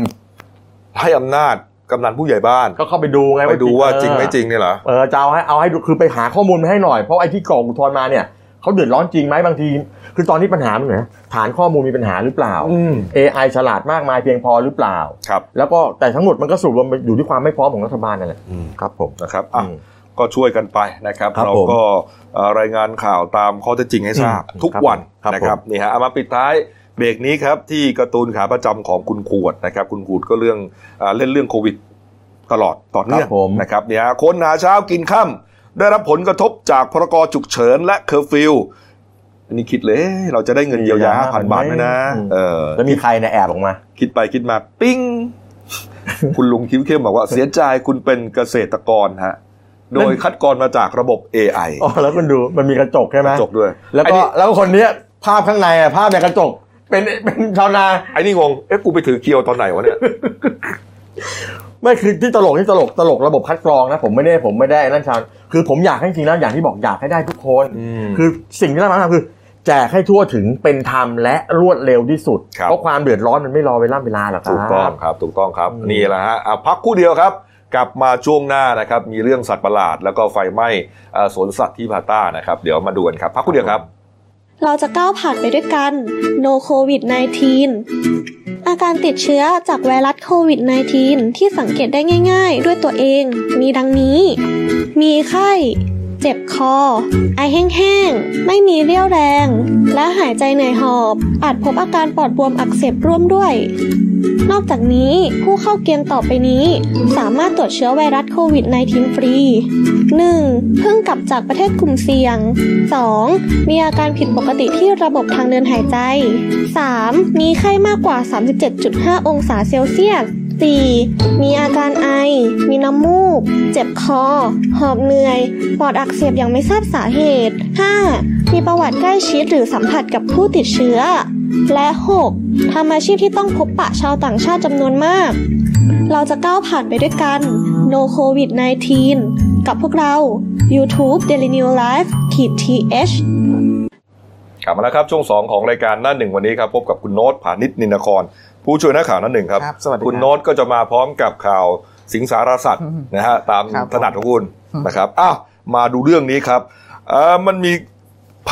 [SPEAKER 1] ให้อำนาจกำนันผู้ใหญ่บ้าน
[SPEAKER 2] ก็เข้าไปดูไง
[SPEAKER 1] ไปดูว่าจริง
[SPEAKER 2] เออ
[SPEAKER 1] ไม่จริงเนี่ยเหรอ
[SPEAKER 2] เออจะเอาให้เอาให้ดูคือไปหาข้อมูลมาให้หน่อย เพราะไอ้ที่กรอกอุทธรณ์มาเนี่ยเขาเดือดร้อนจริงไหมบางที คือตอนนี้ปัญหามันเหมือนฐานข้อมูลมีปัญหาหรือเปล่า
[SPEAKER 1] อืม
[SPEAKER 2] AI ฉลาดมากมายเพียงพอหรือเปล่า
[SPEAKER 1] ครับ
[SPEAKER 2] แล้วก็แต่ทั้งหมดมันก็สรุปรวมไปอยู่ที่ความไม่พร้อมของรัฐบาลนั่นแหละ
[SPEAKER 1] อืม
[SPEAKER 2] ครับผม
[SPEAKER 1] นะครับอ่ะ
[SPEAKER 2] อืม
[SPEAKER 1] ก็ช่วยกันไปนะครับ
[SPEAKER 2] ครับ
[SPEAKER 1] เราก็เอ่อรายงานข่าวตามข้อเท็จจริงให้ทราบ
[SPEAKER 2] อืม
[SPEAKER 1] ทุก
[SPEAKER 2] ครับ
[SPEAKER 1] วัน
[SPEAKER 2] ครับ
[SPEAKER 1] นะครับนี่ฮะเอามาปิดท้ายเบรกนี้ครับ ที่การ์ตูนขาประจำของคุณขวดนะครับ คุณขวดก็เรื่องเอ่อเล่นเรื่องโควิดตลอดต่อเนื่อง
[SPEAKER 2] ครับผม
[SPEAKER 1] นะครับเนี่ยฮะคนหาเช้ากินค่ำได้รับผลกระทบจากพรกฉุกเฉินและเคอร์ฟิวอันนี้คิดเลยเอ๊ะเราจะได้เงินเยียวยา5,000 บาทไหมนะเออ
[SPEAKER 2] แล้วมีใครเนยแอบออกมา
[SPEAKER 1] คิดไปคิดมาปิ้ง คุณลุงคิ้วเข้มบอกว่า เสียใจคุณเป็นเกษตรกรฮะ โดยคัดกรองมาจากระบบ AI
[SPEAKER 2] อ๋อแล้วคุณดูมันมีกระจกใช่ไหม
[SPEAKER 1] จบด้วย
[SPEAKER 2] แล้ว
[SPEAKER 1] ไอ้
[SPEAKER 2] ก็
[SPEAKER 1] นี่
[SPEAKER 2] แล้วคนเนี้ยภาพข้างในอะภาพในกระจก เป็นเป็นชาวนา
[SPEAKER 1] ไอ้นี่งง เอ๊ะกูไปถือเคียวตอนไหนวะเนี่ย
[SPEAKER 2] ไม่คือที่ตลกที่ตลกตลกระบบคัดกรองนะผมไม่ได้ผมไม่ได้นั่นชาวคือผมอยากให้จริงๆแล้วอย่างที่บอกอยากให้ได้ทุกคน
[SPEAKER 1] อืม
[SPEAKER 2] คือสิ่งที่เราทำคือ แจกให้ทั่วถึงเป็นธรรมและรวดเร็วที่สุด
[SPEAKER 1] ครับ
[SPEAKER 2] เพราะความเดือดร้อนมันไม่รอเวลาเวลาหรอกครับ
[SPEAKER 1] ถูกต้องครับ ถูกต้องครับ
[SPEAKER 2] อืม
[SPEAKER 1] นี่แหละฮะอ่ะพักครู่เดียวครับ กลับมาช่วงหน้านะครับ มีเรื่องสัตว์ประหลาด แล้วก็ไฟไหม้เอ่อสวนสัตว์ที่พาต้านะครับ เดี๋ยวมาดูกันครับ พักครู่เดียวครับ
[SPEAKER 3] เราจะก้าวผ่านไปด้วยกัน No COVID 19 อาการติดเชื้อจากไวรัสโควิด 19 ที่สังเกตได้ง่ายๆ ด้วยตัวเอง มีดังนี้ มีไข้ เจ็บคอ ไอแห้งๆ ไม่มีเรี่ยวแรง และหายใจเหนื่อยหอบ อาจพบอาการปอดบวมอักเสบร่วมด้วย นอกจากนี้ผู้เข้าเกณฑ์ต่อไปนี้ สามารถตรวจเชื้อไวรัสโควิด -19 ฟรี 1. เพิ่งกลับจากประเทศกลุ่มเสี่ยง 2. มีอาการผิดปกติที่ระบบทางเดินหายใจ 3. มีไข้มากกว่า 37.5 องศาเซลเซียส 4. มีอาการไอ มีน้ำมูก เจ็บคอ หอบเหนื่อย ปอดอักเสบอย่างไม่ทราบสาเหตุ 5. มีประวัติใกล้ชิดหรือสัมผัสกับผู้ติดเชื้อ และ 6. ทำอาชีพที่ต้องพบปะชาวต่างชาติจำนวนมาก เราจะก้าวผ่านไปด้วยกัน No COVID 19 กับพวกเรา YouTube Daily New Life ขีด th
[SPEAKER 1] กลับมาแล้วครับ ช่วง 2 ของรายการหน้าหนึ่งวันนี้ครับ พบกับคุณโน้ตผานิชนินคร ผู้ช่วยนักข่าวหน้าหนึ่งครับ
[SPEAKER 4] ครับสวัสดี
[SPEAKER 1] คุณ
[SPEAKER 4] ครับ
[SPEAKER 1] โน้ตก็จะมาพร้อมกับข่าวสิงสารสัตว์
[SPEAKER 4] อืม
[SPEAKER 1] นะฮะตาม
[SPEAKER 4] ครับ
[SPEAKER 1] ถนัดของคุณ
[SPEAKER 4] อืม
[SPEAKER 1] นะครับอ้าวมาดูเรื่องนี้ครับเอ่อมันมี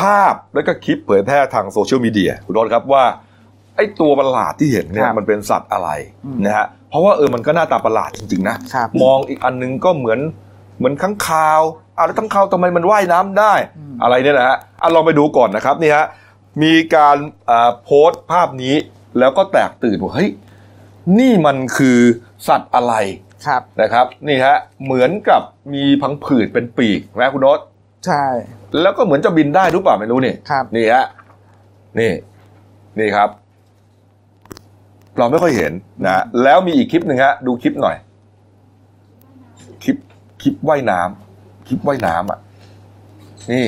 [SPEAKER 1] ภาพแล้วก็คลิปเผยแพร่ทางโซเชียลมีเดียคุณโน้ตครับว่า ไอ้ตัวประหลาดที่เห็นเนี่ย
[SPEAKER 4] ครับ
[SPEAKER 1] มันเป็นสัตว์อะไร
[SPEAKER 4] อืม
[SPEAKER 1] นะฮะเพราะว่าเออมันก็หน้าตาประหลาดจริงๆนะ
[SPEAKER 4] ครับ
[SPEAKER 1] มองอีกอันหนึงก็เหมือนเหมือนข้างคาวเอาวแล้วข้างคาวทำไมมันว่ายน้ำได้
[SPEAKER 4] อืม
[SPEAKER 1] อะไรเนี่ยนะฮะอ่ะลองไปดูก่อนนะครับนี่ฮะมีการอ่าโพสต์ภาพนี้แล้วก็แตกตื่นว่าเฮ้ยนี่มันคือสัตว์อะไร
[SPEAKER 4] ครับ
[SPEAKER 1] นะครับนี่ฮะเหมือนกับมีพังผืดเป็นปีกนะคุณโนต
[SPEAKER 4] ใช่
[SPEAKER 1] แล้วก็เหมือนจะบินได้หรือเปล่าไม่รู้นี่
[SPEAKER 4] ครับ
[SPEAKER 1] นี่ฮะนี่นี่ครับ เราไม่ค่อยเห็นนะฮะแล้วมีอีกคลิปหนึ่งฮะดูคลิปหน่อย คลิปคลิปว่ายน้ำคลิปว่ายน้ำอ่ะ นี่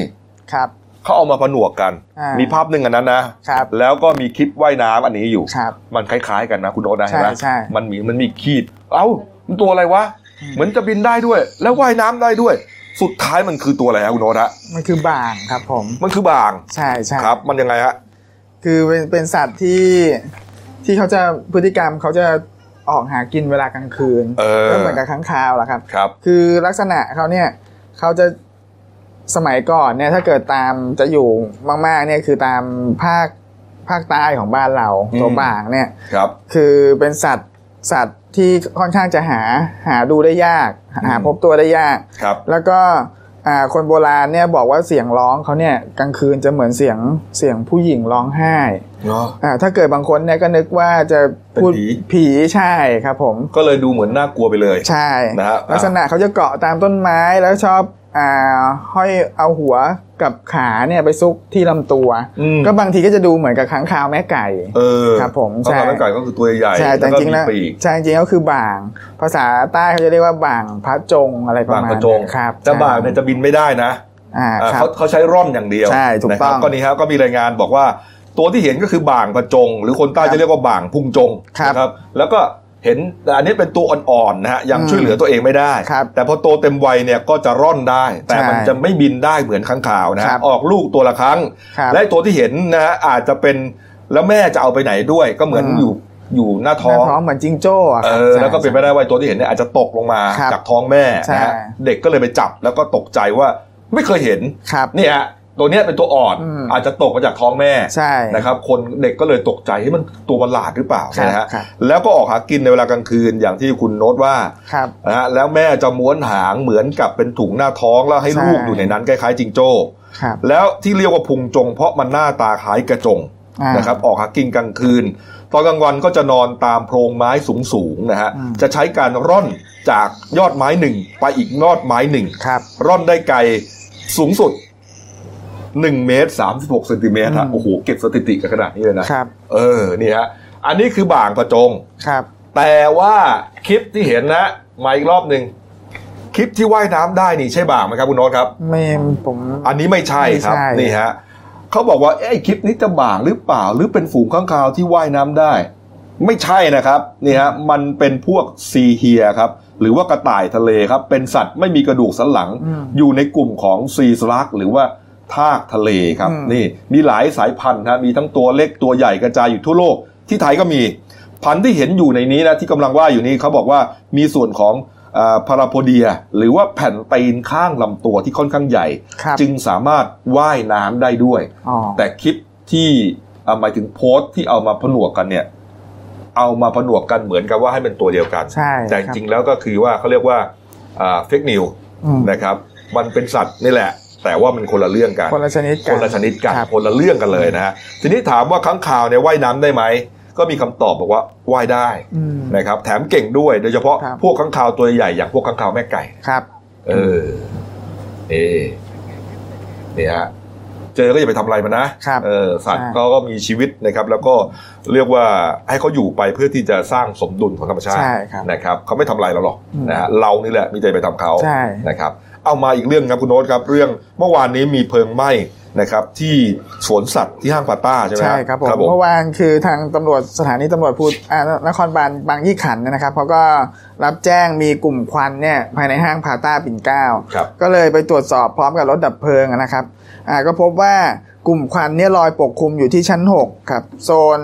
[SPEAKER 4] ครับ
[SPEAKER 1] เขาเอามาผนวกกัน
[SPEAKER 4] อ่ามี
[SPEAKER 1] มีภาพหนึ่งอันนั้นนะครับ แล้วก็มีคลิปว่ายน้ำอันนี้อยู่
[SPEAKER 4] ครับ
[SPEAKER 1] มันคล้ายๆกันนะคุณโอ๊ตนะ
[SPEAKER 4] ใช่
[SPEAKER 1] เห็นไหม
[SPEAKER 4] ใช่
[SPEAKER 1] มันมีมันมีขีด เอ้า มันตัวอะไรวะ
[SPEAKER 4] อืม
[SPEAKER 1] เหมือนจะบินได้ด้วย แล้วว่ายน้ำได้ด้วย สุดท้ายมันคือตัวอะไรฮะคุณโอ๊ตฮะ
[SPEAKER 4] มันคือบางครับผม
[SPEAKER 1] มันคือบาง
[SPEAKER 4] ใช่ใช่
[SPEAKER 1] ครับ มันยังไงฮะ
[SPEAKER 4] คือเป็นเป็นสัตว์ที่ที่เขาจะพฤติกรรมเขาจะออกหากินเวลากลางคืน
[SPEAKER 1] เออ
[SPEAKER 4] ก็เหมือนกับค้างคาวแหละครับ
[SPEAKER 1] ครับ
[SPEAKER 4] คือลักษณะเขาเนี่ยเขาจะสมัยก่อนเนี่ยถ้าเกิดตามจะอยู่มากๆเนี่ยคือตามภาคภาคใต้ของบ้านเรา
[SPEAKER 1] อืม
[SPEAKER 4] ตัวบางเนี่ย
[SPEAKER 1] ครับ
[SPEAKER 4] คือเป็นสัตว์สัตว์ที่ค่อนข้างจะหาหาดูได้ยาก หา
[SPEAKER 1] อืม
[SPEAKER 4] พบตัวได้ยาก
[SPEAKER 1] ครับ
[SPEAKER 4] แล้วก็อ่าคนโบราณเนี่ยบอกว่าเสียงร้องเขาเนี่ยกลางคืนจะเหมือนเสียงเสียงผู้หญิงร้องไห้อ่าถ้าเกิดบางคนเนี่ยก็นึกว่าจะพูด
[SPEAKER 1] เป็นผี
[SPEAKER 4] ผีใช่ครับผม
[SPEAKER 1] ก็เลยดูเหมือนน่ากลัวไปเลย
[SPEAKER 4] ใช่
[SPEAKER 1] นะฮะ
[SPEAKER 4] ลักษณะเขาจะเกาะตามต้นไม้แล้วชอบ อ่าห้อยเอาหัวกับขาเนี่ยไปซุกที่ลำตัว
[SPEAKER 1] อืม
[SPEAKER 4] ก็บางทีก็จะดูเหมือนกับค้างคาวแม่ไก่
[SPEAKER 1] เออ
[SPEAKER 4] ครับผม
[SPEAKER 1] ข้าวขา
[SPEAKER 4] ใช่
[SPEAKER 1] วมันไก่ก็คือตัวใหญ่
[SPEAKER 4] ใช่แต่
[SPEAKER 1] แล้วก็
[SPEAKER 4] จริงๆ
[SPEAKER 1] มี
[SPEAKER 4] แล้ว
[SPEAKER 1] ปีก
[SPEAKER 4] ใช่จริงๆก็คือบ่าง ภาษาใต้เขาจะเรียกว่าบ่างพระจงอะไรประ
[SPEAKER 1] บาง
[SPEAKER 4] มาณ
[SPEAKER 1] กระจง
[SPEAKER 4] นั้นครับ
[SPEAKER 1] แต่บางเนี่ยจะบินไม่ได้นะ
[SPEAKER 4] อ่า
[SPEAKER 1] อ่า
[SPEAKER 4] ครับ
[SPEAKER 1] เขาเขาใช้ร่อนอย่างเดียว
[SPEAKER 4] ใช่ถูก
[SPEAKER 1] นะครับ
[SPEAKER 4] ต้อง
[SPEAKER 1] ก็นี่ฮะก็มีรายงานบอกว่า ตัวที่เห็นก็คือบางกระจง หรือคนใต้
[SPEAKER 4] ครับ
[SPEAKER 1] จะเรียกว่าบางพุงจง
[SPEAKER 4] ครับ
[SPEAKER 1] นะครับ แล้วก็เห็นแต่อันนี้เป็นตัวอ่อนๆนะฮะยัง
[SPEAKER 4] อืม
[SPEAKER 1] ช่วยเหลือตัวเองไม่ได้
[SPEAKER 4] ครับ
[SPEAKER 1] แต่พอโตเต็มวัยเนี่ยก็จะร่อนได้ แต่มัน
[SPEAKER 4] ใช่
[SPEAKER 1] จะไม่บินได้เหมือนข้างข่าวนะฮะ
[SPEAKER 4] ครับ
[SPEAKER 1] ออกลูกตัวละครั้ง
[SPEAKER 4] ครับ
[SPEAKER 1] และตัวที่เห็นนะฮะอาจจะเป็นแล้วแม่จะเอาไปไหนด้วย ก็เหมือน
[SPEAKER 4] อืม
[SPEAKER 1] อยู่อยู่หน้า
[SPEAKER 4] ห
[SPEAKER 1] ท้อ
[SPEAKER 4] น้าง ท้องเหมือนจิงโจ้อะ
[SPEAKER 1] เอ
[SPEAKER 4] ครับ
[SPEAKER 1] อ
[SPEAKER 4] ใช่
[SPEAKER 1] แล้วก็เป็นไปได้ว่าตัวที่เห็นเนี่ยอาจจะตกลงมา
[SPEAKER 4] ครับ
[SPEAKER 1] จากท้องแม่
[SPEAKER 4] ใช่
[SPEAKER 1] นะฮะเด็กก็เลยไปจับแล้วก็ตกใจว่าไม่เคยเห็น
[SPEAKER 4] ครับ
[SPEAKER 1] เนี่ยฮะตัวเนี้ยเป็นตัวอ่อน
[SPEAKER 4] อืม
[SPEAKER 1] อาจจะตกมาจากท้องแม่
[SPEAKER 4] ใช่
[SPEAKER 1] นะครับ คนเด็กก็เลยตกใจให้ยมันตัวประหลาดหรือเปล่า
[SPEAKER 4] ครับ
[SPEAKER 1] นะฮะ
[SPEAKER 4] ครับ
[SPEAKER 1] แล้วก็ออกหากินในเวลากลางคืนอย่างที่คุณโน้ตว่า
[SPEAKER 4] ครับ
[SPEAKER 1] นะฮะแล้วแม่จะม้วนหางเหมือนกับเป็นถุงหน้าท้องแล้วให้
[SPEAKER 4] ใช่
[SPEAKER 1] ลูกอยู่ในนั้นคล้ายๆจิงโจ้
[SPEAKER 4] ครับ
[SPEAKER 1] แล้วที่เรียกว่าพุงจง เพราะมันหน้าตาคล้ายกระจง
[SPEAKER 4] อ่า
[SPEAKER 1] นะครับออกหากินกลางคืน ตอนกลางวันก็จะนอนตามโพรงไม้สูงๆนะฮะ
[SPEAKER 4] อืม
[SPEAKER 1] จะใช้การร่อนจากยอดไม้หนึ่งไปอีกยอดไม้หนึ่ง
[SPEAKER 4] ครับ
[SPEAKER 1] ร่อนได้ไกลสูงสุด1เมตร36เซนติเมตรฮะ
[SPEAKER 4] อืม
[SPEAKER 1] โอ้โหเก็บสถิติกันขนาดนี้เลยนะครับ เออนี่ฮะอันนี้คือบ่างประจง
[SPEAKER 4] ครับ
[SPEAKER 1] แต่ว่าคลิปที่เห็นนะมาอีกรอบหนึ่งคลิปที่ว่ายน้ำได้นี่ใช่บ่างไหมครับคุณโน้ตครับ
[SPEAKER 4] ไม่ผม
[SPEAKER 1] อันนี้ไม่ใช่ครับ
[SPEAKER 4] ไม่ใช่
[SPEAKER 1] นี่ฮะเขาบอกว่าเอ๊ะไอ้คลิปนี้จะบ่างหรือเปล่าหรือเป็นฝูงข้างคาวที่ว่ายน้ำได้ ไม่ใช่นะครับนี่ฮะมันเป็นพวกซีเฮียครับหรือว่ากระต่ายทะเลครับ เป็นสัตว์ไม่มีกระดูกสันหลัง
[SPEAKER 4] อืม
[SPEAKER 1] อยู่ในกลุ่มของซีสลักหรือว่าทากทะเลครับ
[SPEAKER 4] อืม
[SPEAKER 1] นี่มีหลายสายพันธุ์นะมีทั้งตัวเล็กตัวใหญ่กระจายอยู่ทั่วโลก ที่ไทยก็มีพันธุ์ที่เห็นอยู่ในนี้นะที่กำลังว่าอยู่นี้เขาบอกว่ามีส่วนของพาราโพเดีย หรือว่าแผ่นตีนข้างลำตัวที่ค่อนข้างใหญ่
[SPEAKER 4] ครับ
[SPEAKER 1] จึงสามารถว่ายน้ำได้ด้วย
[SPEAKER 4] อ๋อ
[SPEAKER 1] แต่คลิปที่เอ่อหมายถึงโพสต์ที่เอามาผนวกกันเนี่ย เอามาผนวกกันเหมือนกับว่าให้เป็นตัวเดียวกัน
[SPEAKER 4] ใช่
[SPEAKER 1] แต่จริงๆแล้วก็คือว่าเขาเรียกว่าเฟกนิว
[SPEAKER 4] อืม
[SPEAKER 1] นะครับ มันเป็นสัตว์นี่แหละ แต่ว่ามันคนละเรื่องกัน
[SPEAKER 4] คนละชนิดกั
[SPEAKER 1] คน นละชนิดกัน
[SPEAKER 4] ครับ
[SPEAKER 1] คนละเรื่องกันเลยนะฮะทีนี้ถามว่าค้างคาวเนี่ยว่ายน้ำได้ไหม ก็มีคำตอบบอกว่าว่ายได้
[SPEAKER 4] อืม
[SPEAKER 1] นะครับ แถมเก่งด้วยโดยเฉพาะ
[SPEAKER 4] ครับ
[SPEAKER 1] พวกค้างคาวตัวใหญ่อย่างพวกค้างคาวแม่ไก่
[SPEAKER 4] ครับ
[SPEAKER 1] เออ เอนี่ฮะ เจอก็อย่าไปทำอะไรมันนะครับ เออ สัตว์
[SPEAKER 4] ใช่
[SPEAKER 1] ก็ก็มีชีวิตนะครับ แล้วก็เรียกว่าให้เขาอยู่ไปเพื่อที่จะสร้างสมดุลของธรรมชาติ
[SPEAKER 4] ใช่ครับ
[SPEAKER 1] นะครับเขาไม่ทำลายเราหรอก
[SPEAKER 4] อืม
[SPEAKER 1] นะฮะเรานี่แหละมีใจไปทำเขา
[SPEAKER 4] ใช่
[SPEAKER 1] นะครับ เอามาอีกเรื่องครับคุณโน้ตครับ เรื่องเมื่อวานนี้มีเพลิงไหม้นะครับ ที่สวนสัตว์ที่ห้างปาต้าใช่ไหม
[SPEAKER 4] ใช่ครับผม
[SPEAKER 1] ครับผม
[SPEAKER 4] เมื่อวานคือทางตำรวจสถานีตำรวจภูอ่านครบาลบางยี่ขันธ์นะครับเขาก็รับแจ้งมีกลุ่มควันเนี่ยภายในห้างพาต้าปิ่นเกล้า
[SPEAKER 1] ครับ
[SPEAKER 4] ก็เลยไปตรวจสอบพร้อมกับรถดับเพลิงนะครับอ่าก็พบว่ากลุ่มควันเนี่ยลอยปกคลุมอยู่ที่ชั้น6ครับโซน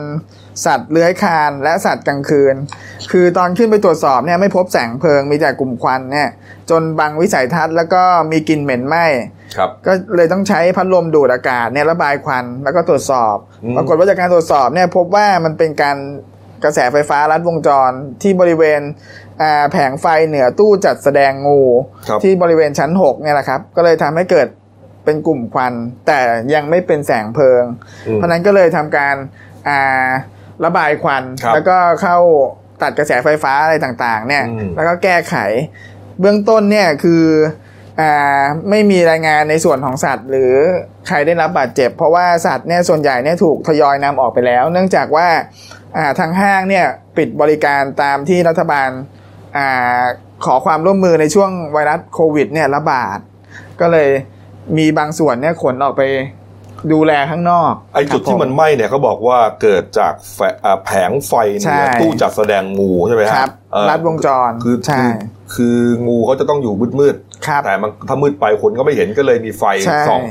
[SPEAKER 4] สัตว์เลื้อยคลานและสัตว์กลางคืน คือตอนขึ้นไปตรวจสอบเนี่ยไม่พบแสงเพลิงมีแต่กลุ่มควันเนี่ยจนบังวิสัยทัศน์แล้วก็มีกลิ่นเหม็นไหม้
[SPEAKER 1] ครับ
[SPEAKER 4] ก็เลยต้องใช้พัดลมดูดอากาศเนี่ยระบายควันแล้วก็ตรวจสอบ
[SPEAKER 1] อืม
[SPEAKER 4] ปรากฏว่าจากการตรวจสอบเนี่ยพบว่ามันเป็นการกระแสไฟฟ้าลัดวงจรที่บริเวณอ่าแผงไฟเหนือตู้จัดแสดงงู
[SPEAKER 1] ครับ
[SPEAKER 4] ที่บริเวณชั้น6เนี่ยแหละครับ ก็เลยทำให้เกิดเป็นกลุ่มควัน แต่ยังไม่เป็นแสงเพลิง
[SPEAKER 1] อืม
[SPEAKER 4] เพราะฉะนั้นก็เลยทำการอ่าระบายควัน
[SPEAKER 1] ครับ
[SPEAKER 4] แล้วก็เข้าตัดกระแสไฟฟ้าอะไรต่างๆเนี่ย
[SPEAKER 1] อืม
[SPEAKER 4] แล้วก็แก้ไข เบื้องต้นเนี่ยคืออ่าไม่มีรายงานในส่วนของสัตว์ หรือใครได้รับบาดเจ็บ เพราะว่าสัตว์เนี่ยส่วนใหญ่เนี่ยถูกทยอยนำออกไปแล้ว เนื่องจากว่าอ่าทางห้างเนี่ยปิดบริการตามที่รัฐบาลอ่าขอความร่วมมือในช่วงไวรัสโควิดเนี่ยระบาด ก็เลยมีบางส่วนเนี่ยขนออกไปดูแลข้างนอก
[SPEAKER 1] ไอ้จุด
[SPEAKER 4] ค
[SPEAKER 1] ที่
[SPEAKER 4] รับผ
[SPEAKER 1] มันไหม้เนี่ยเขาบอกว่าเกิดจากแฝอ่าแผงไฟเห
[SPEAKER 4] ใช่
[SPEAKER 1] นือตู้จัดแสดงงูใช่ไหมฮะ
[SPEAKER 4] ครับ
[SPEAKER 1] เอ่อ
[SPEAKER 4] รัดวงจร
[SPEAKER 1] คือ
[SPEAKER 4] ใช่
[SPEAKER 1] คือคืองูเขาจะต้องอยู่มืดมืด
[SPEAKER 4] ครับ
[SPEAKER 1] ๆแต่มันถ้ามืดไปคนก็ไม่เห็นก็เลยมีไฟ
[SPEAKER 4] ใช่
[SPEAKER 1] ส่อง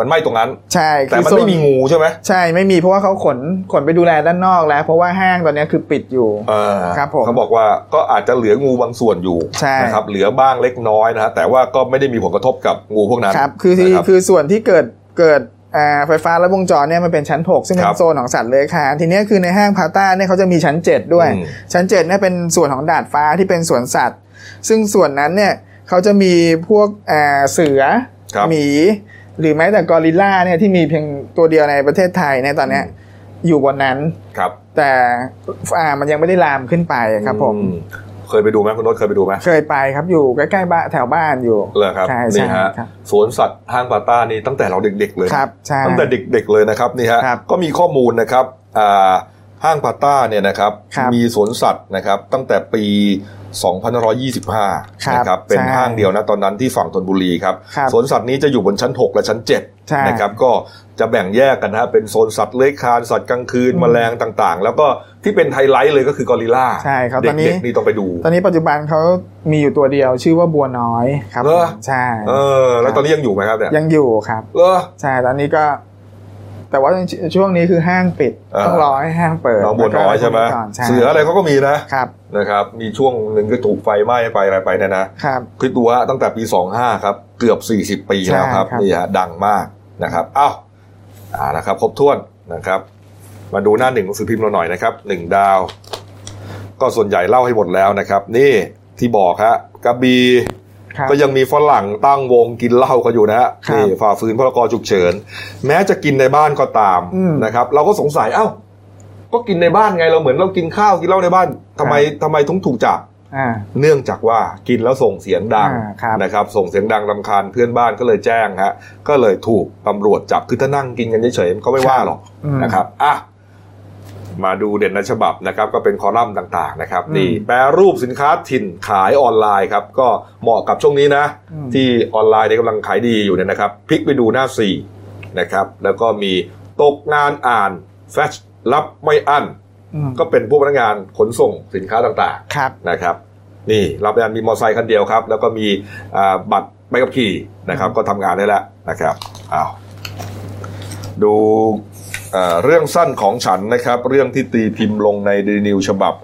[SPEAKER 1] มันไหม้ตรงนั้น
[SPEAKER 4] ใช่
[SPEAKER 1] แต่
[SPEAKER 4] คือ
[SPEAKER 1] มัน
[SPEAKER 4] ส่ว
[SPEAKER 1] ไม่มีงูใช่ไหม
[SPEAKER 4] ใช่ไม่มีเพราะว่าเขาขนขนไปดูแลด้านนอกแล้ว เพราะว่าห้างตอนนี้คือปิดอยู่
[SPEAKER 1] เออ
[SPEAKER 4] ครับผม
[SPEAKER 1] เขาบอกว่าก็อาจจะเหลืองูบางส่วนอยู่
[SPEAKER 4] ใช่
[SPEAKER 1] นะครับเหลือบ้างเล็กน้อยนะฮะแต่ว่าก็ไม่ได้มีผลกระทบกับงูพวกนั้น
[SPEAKER 4] ครับคือที่
[SPEAKER 1] นะรับ
[SPEAKER 4] คือส่วนที่เกิดเกิดอ่าไฟฟ้าและวงจรเนี่ยมันเป็นชั้น 6 ซึ่งเป็
[SPEAKER 1] ครั
[SPEAKER 4] น
[SPEAKER 1] บ
[SPEAKER 4] โซนของสัตว์เลื้อยคลานทีเนี้ยคือในห้างพาต้าเนี่ยเขาจะมีชั้น 7 ด้วย
[SPEAKER 1] อืม
[SPEAKER 4] ชั้น7เนี่ยเป็นส่วนของดาดฟ้าที่เป็นสวนสัตว์ ซึ่งส่วนนั้นเนี่ยเขาจะมีพวกอ่าเสือ
[SPEAKER 1] ครับ
[SPEAKER 4] หมี หรือแม้แต่กอริลลาเนี่ยที่มีเพียงตัวเดียวในประเทศไทยเนี่ยตอนเนี้ยอยู่บนนั้น
[SPEAKER 1] ครับ
[SPEAKER 4] แต่อ่ามันยังไม่ได้ลามขึ้นไปครับผม
[SPEAKER 1] อื เคยไปดูไหมคุณโนตเคยไปดูไหม
[SPEAKER 4] เคยไปครับอยู่ใกล้ๆบ้านแถวบ้านอยู่
[SPEAKER 1] เลยครับ
[SPEAKER 4] ใช่ใช่
[SPEAKER 1] นี่ฮะ
[SPEAKER 4] ครับ
[SPEAKER 1] สวนสัตว์ห้างปาต้านี่ตั้งแต่เราเด็ก ๆ เลย
[SPEAKER 4] ครับใช่
[SPEAKER 1] ตั้งแต่เด็กๆเลยนะครับนี่ฮะ
[SPEAKER 4] ครับ
[SPEAKER 1] ก็มีข้อมูลนะครับอ่าห้างพาต้าเนี่ยนะครับ
[SPEAKER 4] ครับ
[SPEAKER 1] มีสวนสัตว์นะครับตั้งแต่ปี 2525 นะค
[SPEAKER 4] ครั
[SPEAKER 1] รับบ เป็น
[SPEAKER 4] ใช่
[SPEAKER 1] ห้างเดียวนะตอนนั้นที่ฝั่งธนบุรีครับ
[SPEAKER 4] ครับ
[SPEAKER 1] สวนสัตว์นี้จะอยู่บนชั้น 6 และชั้น
[SPEAKER 4] ใช่
[SPEAKER 1] 7นะครับก็จะแบ่งแยกกันนะฮะเป็นโซนสัตว์เลื้อยคลานสัตว์กลางคืน
[SPEAKER 4] อืม
[SPEAKER 1] แมลงต่างๆ แล้วก็ที่เป็นไฮไลท์เลยก็คือกอริลลา
[SPEAKER 4] ใช่ครับตอนนี้
[SPEAKER 1] เด็กๆนี่ต้องไปดู
[SPEAKER 4] ตอนนี้ปัจจุบันเขามีอยู่ตัวเดียวชื่อว่าบัวน้อยครับ
[SPEAKER 1] เหรอ
[SPEAKER 4] ใช่
[SPEAKER 1] เออแล้ว
[SPEAKER 4] ครับ
[SPEAKER 1] ตอนนี้ยังอยู่ไหมครับเนี่ย
[SPEAKER 4] ยังอยู่ครับ
[SPEAKER 1] เหรอ
[SPEAKER 4] ใช่ตอนนี้ก็ แต่ว่าชช่วงนี้คือห้างปิด
[SPEAKER 1] เออ
[SPEAKER 4] ต้องรอให้ห้างเปิด
[SPEAKER 1] น้องบัวน้อยใช่ไหม
[SPEAKER 4] แล้วก็ก่นใช่
[SPEAKER 1] เสืออะไรเขาก็มีนะ
[SPEAKER 4] ครับ
[SPEAKER 1] นะครับมีช่วงหนึ่งก็ถูกไฟไหม้ไปอะไรไปเนี่ยนะครับ คิดดูฮะตั้งแต่ปี 25 ครับ เกือบ 40 ปีแล้วครับ
[SPEAKER 4] ใช่ครับ
[SPEAKER 1] นี่ฮะดังมากนะครับอ้าวอ่านะครับครบถ้วนนะครับ มาดูหน้าหนึ่งหนังสือพิมพ์เราหน่อยนะครับหนึ่งดาว ก็ส่วนใหญ่เล่าให้หมดแล้วนะครับ นี่ที่บอกฮะกระบี
[SPEAKER 4] ครับ
[SPEAKER 1] ก็ยังมีฝรั่งตั้งวงกินเหล้ากันอยู่นะฮะ
[SPEAKER 4] ครับ
[SPEAKER 1] นี่ฝ่าฝืนพรกฉุกเฉิน แม้จะกินในบ้านก็ตาม
[SPEAKER 4] อืม
[SPEAKER 1] นะครับ เราก็สงสัยเอ้า ก็กินในบ้านไงเราเหมือนเรากินข้าวกินเหล้าในบ้านทำไมทำไมถึงถูกจับ
[SPEAKER 4] อ่า
[SPEAKER 1] เนื่องจากว่ากินแล้วส่งเสียงดัง
[SPEAKER 4] อ่าครับ
[SPEAKER 1] นะครับ ส่งเสียงดังรำคาญเพื่อนบ้านก็เลยแจ้งฮะก็เลยถูกตำรวจจับคือถ้านั่งกินกันเฉยๆมันก็ไม่ว่าหรอก
[SPEAKER 4] อืม
[SPEAKER 1] นะครับอ่ะมาดูเด่นในฉบับนะครับ ก็เป็นคอลัมน์ต่างๆนะครับ
[SPEAKER 4] อืม
[SPEAKER 1] นี่แปรรูปสินค้าถิ่นขายออนไลน์ครับ ก็เหมาะกับช่วงนี้นะ
[SPEAKER 4] อืม
[SPEAKER 1] ที่ออนไลน์เนี่ยกำลังขายดีอยู่เนี่ยนะครับพลิกไปดูหน้าสี่นะครับ แล้วก็มีตกงานอ่านแฟชรับไม่อั้น
[SPEAKER 4] อืม
[SPEAKER 1] ก็เป็นพวกพนักงานขนส่งสินค้าต่างๆ
[SPEAKER 4] ครับ
[SPEAKER 1] นะครับนี่รับงานมีมอเตอร์ไซค์คันเดียวครับ แล้วก็มีอ่าบัตรใบขับขี่นะครับ ก็ทำงานได้แล้วนะครับอ้าวดูเอ่อเรื่องสั้นของฉันนะครับ เรื่องที่ตีพิมพ์ลงในดีนิวฉบับ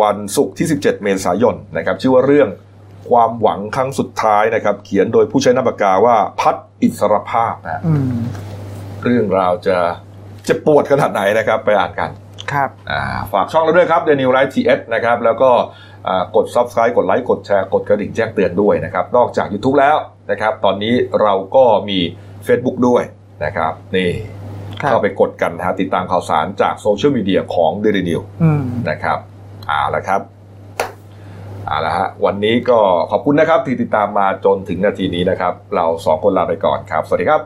[SPEAKER 1] วันศุกร์ที่ 17 เมษายนนะครับ ชื่อว่าเรื่องความหวังครั้งสุดท้ายนะครับ เขียนโดยผู้ใช้นามปากกาว่าพัดอิสรภาพนะ
[SPEAKER 4] อืม
[SPEAKER 1] เรื่องราวจะเจะปวดขนาดไหนนะครับ ไปอ่านกัน
[SPEAKER 4] ครับ
[SPEAKER 1] อ่าฝากช่องเราด้วยครับ The New Life TS นะครับ แล้วก็อ่ากด subscribe กดไลค์กดแชร์กดกระดิ่งแจ้งเตือนด้วยนะครับ นอกจาก YouTube แล้วนะครับ ตอนนี้เราก็มี Facebook ด้วยนะครับ นี่
[SPEAKER 4] ครับ
[SPEAKER 1] เข้าไปกดกันนะฮะติดตามข่าวสารจากโซเชียลมีเดียของ Daily New
[SPEAKER 4] อืม
[SPEAKER 1] นะครับเอาละครับเอาละฮะวันนี้ก็ขอบคุณนะครับที่ติดตามมาจนถึงนาทีนี้นะครับ เราสองคนลาไปก่อนครับ สวัสดีครับ